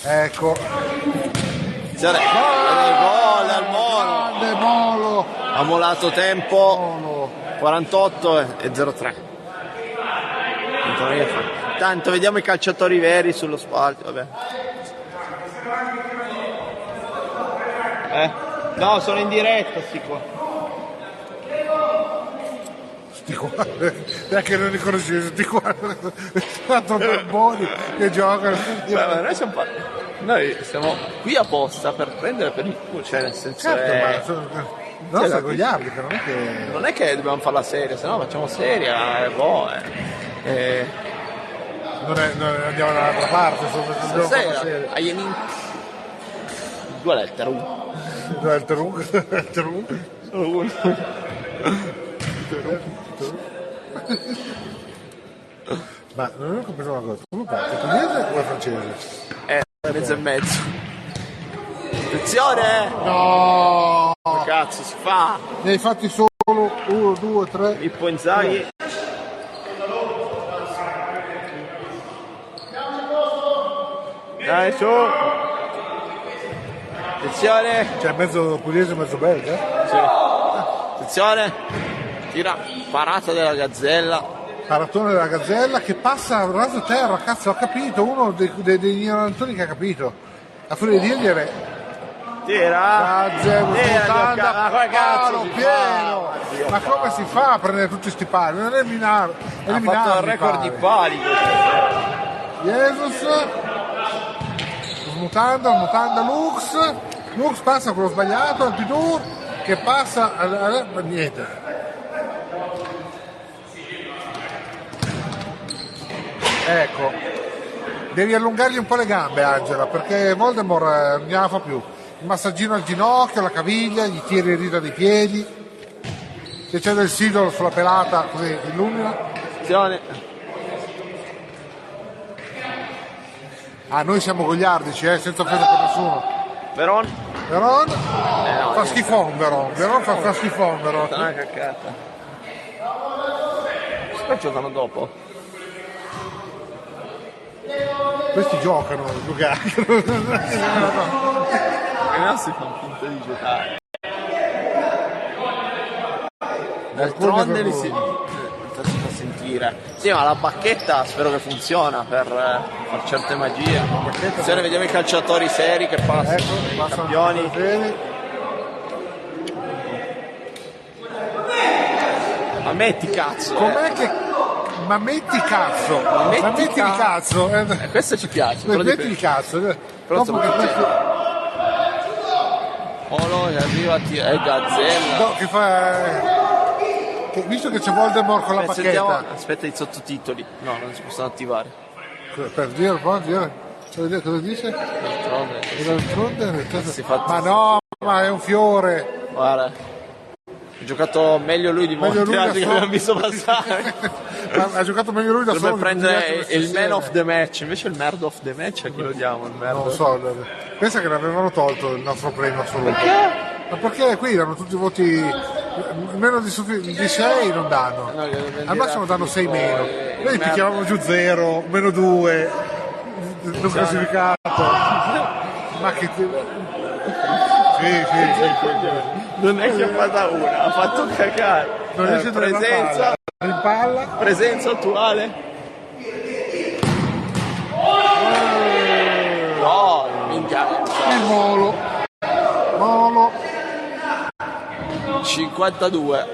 ecco Attenzione, gol al Molo. grande Molo Ha molato tempo Molo 48 e 03. Tanto, non è che fa. Tanto vediamo i calciatori veri sullo spazio, vabbè. Eh? No, sono in diretta, sti qua. sti qua neanche non li conoscevo sti qua quattro bomboni che giocano Beh, ma noi siamo, pa- noi siamo qui apposta per prendere per il culo, cioè nel senso certo è- ma sono, no, sono con gli arbitri non è che non è che dobbiamo fare la serie, se no facciamo seria, eh, boh, eh. Eh, non è, non è- andiamo dall'altra parte sono, sono stasera, hai in... Due lettere, uno. no, il [LAUGHS] Terung il Terung Solo uno. ma non ho compreso una cosa come parte pugliese o francese? Eh, mezzo e mezzo. Attenzione! no Che cazzo si fa? ne hai fatti solo 1 2 3 Pippo Inzaghi. Dai, su! Attenzione! Cioè mezzo pugliese e mezzo belga? Attenzione! Tira parata della gazzella. Paratone della Gazzella che passa a raso terra, cazzo, ha capito, uno dei, dei- degli ignorantoni che ha capito. A furia di dire, Tira. Gazze, Tira, Giancarlo, palo ma come cazzo si fa? pieno. Oddio, Ma cavolo. come si fa a prendere tutti sti pali? Non eliminare, Ha fatto un record di pali questo. Jesus smutando, smutando Lux Lux passa quello sbagliato al Pidur che passa al, al- ma niente ecco devi allungargli un po' le gambe Angela perché Voldemort eh, non gliela fa più il massaggino al ginocchio, alla caviglia gli tiri il dita dei piedi se c'è del sidolo sulla pelata così illumina Attenzione. ah noi siamo gogliardici eh, senza offesa per nessuno Veron. Veron Eh, no, fa schifon Veron, Veron fa, fa schifon Veron. Una caccata. Perché giocano dopo? Questi giocano, giocano. Non si fa finta di giocare. D'altronde D'altronde li per si voi. eh, si fa sentire. Sì, ma la bacchetta spero che funziona per eh, far certe magie. Attenzione, vediamo i calciatori seri che passano. Ecco, I passano campioni. i piedi. Ma metti cazzo. eh. Com'è che... Ma metti cazzo, ma metti metti il cazzo. cazzo, eh, Eh, questo ci piace. te lo dico metti io. il cazzo. eh. Però Dopo che insomma, cioè. questo- Olo che arriva ti- è eh, Gazzella. no, che fa- che- visto che c'è Voldemort con la Eh, sentiamo- pacchetta, Aspetta i sottotitoli. No, non si possono attivare. per dire, per dire, per dire cosa dice? D'altronde, E d'altronde- Si fa- Ma no, ma è un fiore. Guarda. Ha giocato meglio lui di Meglio molti lui da altri che solo. abbiamo visto [LAUGHS] passare. Ma ha giocato meglio lui da solo. Dovrebbe che tutti gli prendere altri il insieme. man of the match, invece il merd of the match a chi lo diamo il merd? Non lo so, eh. pensa che l'avevano tolto il nostro premio assoluto. Ma perché qui danno tutti i voti meno di, 6 non danno. No, glielo venderà Al massimo danno tipo 6 meno. il- il Noi merda. picchiavamo giù 0, meno 2, Esatto. non classificato. Ma che ti... Sì, sì, sì. Non è che ha fatto una, ha fatto cagare. Non Eh, riesce a trovare la presenza, palla. In palla. presenza attuale. No, minchia. Il volo. Volo. 52.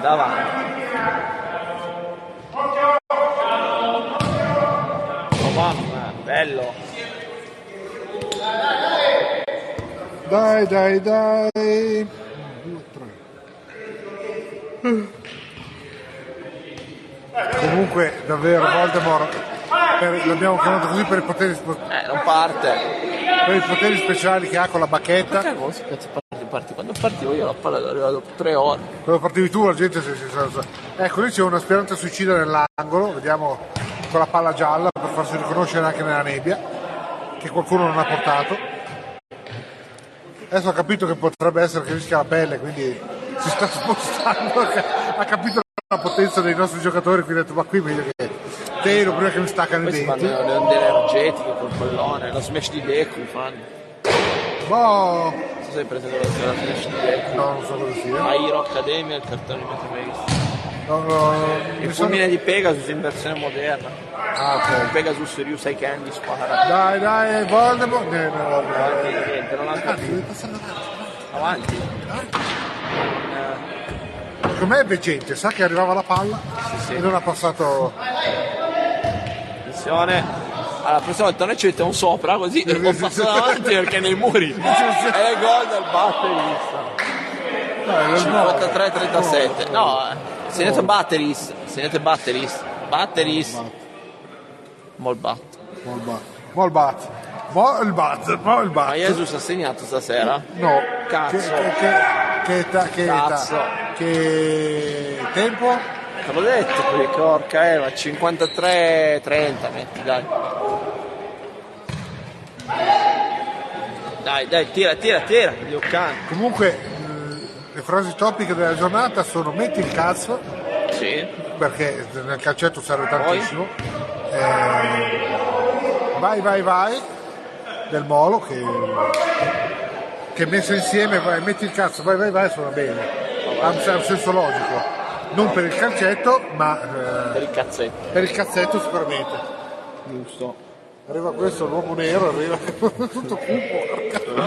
Davanti. Oh mamma, bello. Dai, dai, dai. 1, 2, 3. Comunque, davvero, Voldemort, per- l'abbiamo chiamato così per i, poteri, spo- Eh, non parte. per i poteri speciali che ha con la bacchetta. Perché come si cazzo parti, parti? Quando partivo io la palla era arrivata dopo tre ore. Quando partivi tu la gente si... si, si- Ecco, lì c'è una speranza suicida nell'angolo, vediamo con la palla gialla per farsi riconoscere anche nella nebbia, che qualcuno non ha portato. Adesso ha capito che potrebbe essere che rischia la pelle, quindi si sta spostando, ha capito la potenza dei nostri giocatori, quindi ha detto ma qui meglio che telo prima che mi staccano i Poi si fanno denti. le onde energetiche col pallone, lo smash di Deku fanno. Boh, no, Non so se hai preso la la smash di Deku. non so cosa sia. My Hero Academia, il cartone animato mai visto. No, no, mi Il sono- fulmine di Pegasus in versione moderna. Ah, ok. Pegasus Ryusei Candy spara. Dai, dai, Voldemort. Eh, no, no, no, Avanti, niente, non ha Cazzo, capito. devi passare davanti. Avanti. Com'è veggente, sa che arrivava la palla sì. e non ha passato. Attenzione. Alla prossima volta noi ci mettiamo sopra così e non passo davanti perché è nei muri. E il gol del batterista. Dai, non- no. 53-37. No, eh. segnate batterist. Segnate batterist. Batterist. Molbat. Molbat. Molbat. Molbat. Ma Molbat. Jesus ha segnato stasera. No. Cazzo. Che, che, che, che, età- che età? Cazzo. Che tempo? Te l'ho detto, eh, qui, che orca era 53-30, metti, dai. Dai, dai, tira, tira, tira, gli Occani. Comunque mh, le frasi topiche della giornata sono metti il cazzo, Sì. perché nel calcetto serve Poi? tantissimo. Ehm, Eh, vai vai vai del molo che che messa insieme vai, metti il cazzo, vai, vai, vai, suona bene. Ha un, ha un senso logico. Non per il calcetto, ma per eh, il cazzetto. per il cazzetto sicuramente. Giusto. Arriva questo, l'uomo nero, arriva [LAUGHS] tutto cupo.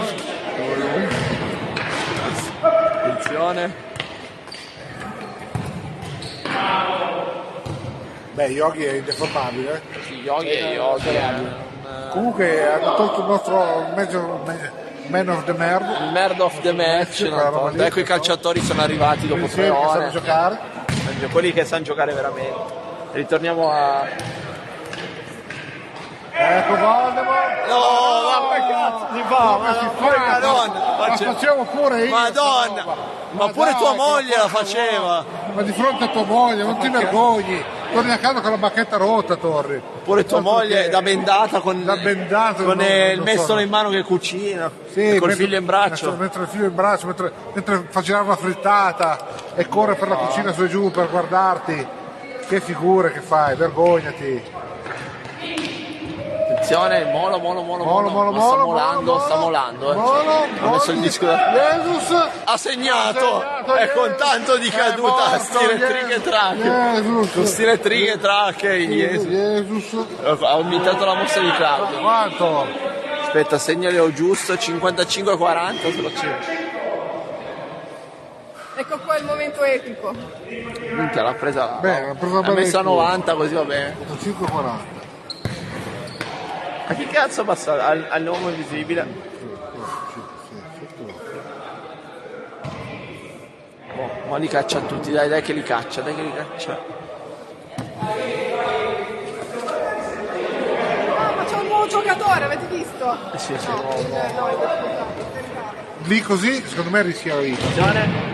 Attenzione. Beh, Yogi è indeformabile. eh. Sì, Yogi e Yogi. eh. Comunque hanno tolto il nostro major, ma- man of the merd. Il Merd of the match, Sì, non roba so. lì, Ecco i però. calciatori sono arrivati dopo tre Pensieri che sanno ore. giocare. Quelli che sanno giocare veramente. Ritorniamo a. Ecco Voldemort. No, ma che cazzo ti fa? Ma si poi fa? Madonna, Ma faccio- facevo pure io. Madonna, sta roba. ma pure dai, tua che moglie la cazzo faceva. vuoi? Ma di fronte a tua moglie, non ti vergogni. Torni a casa con la bacchetta rotta, torni. Pure tua Tanto moglie che- da bendata con, Da bendata, con non- eh, il non mestolo so. in mano che cucina, Sì, col mentre- figlio in braccio. Mentre il figlio in braccio, mentre, mentre fa girare una frittata e corre per la cucina su e giù per guardarti. Che figure che fai, vergognati. Attenzione, molo, molo, molo, Molo, molo, molo, ma sta molo, molando, molo, sta molo, molando. eh. molo, ha messo il molo, disco da... Jesus! eh, Ha segnato, e con tanto di caduta, stile trighe trache. Con Jesus! stile trighe trache, yes. Jesus! ha imitato la mossa di Claudio. Quanto? Aspetta, segnalo giusto, 55-40 se lo c'è. Ecco qua il momento epico. Minchia, l'ha presa, Beh, l'ha presa bene messa a il culo. 90 così va bene. 5,40. Ma che cazzo passa al, all'uomo invisibile? Boh, ma li caccia tutti, dai, dai che li caccia, dai che li caccia. Ah, ma c'è un nuovo giocatore, avete visto? Eh sì, sì. Eh, no, è questo. Lì così, secondo me rischia la vita. Attenzione.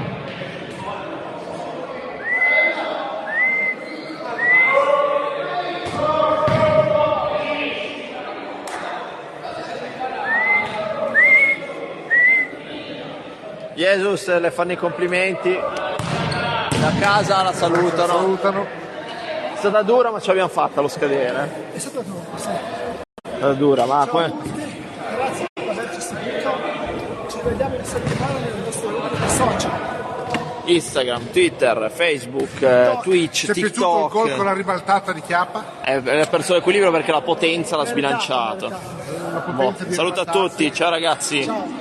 Jesus le fanno i complimenti. Da casa la salutano. Salutano. È stata dura ma ce l'abbiamo fatta lo scadere. È stato duro, sì. È stata dura, ma come. Grazie per averci seguito. Ci vediamo in settimana nel nostro live social. Instagram, Twitter, Facebook, eh, Twitch, Ci è piaciuto il gol con TikTok. la ribaltata di Chiappa? Eh, Ha perso l'equilibrio perché la potenza l'ha sbilanciato. Meritato, meritato. La Boh, potenza di saluto a ribaltata. tutti, ciao ragazzi. Ciao.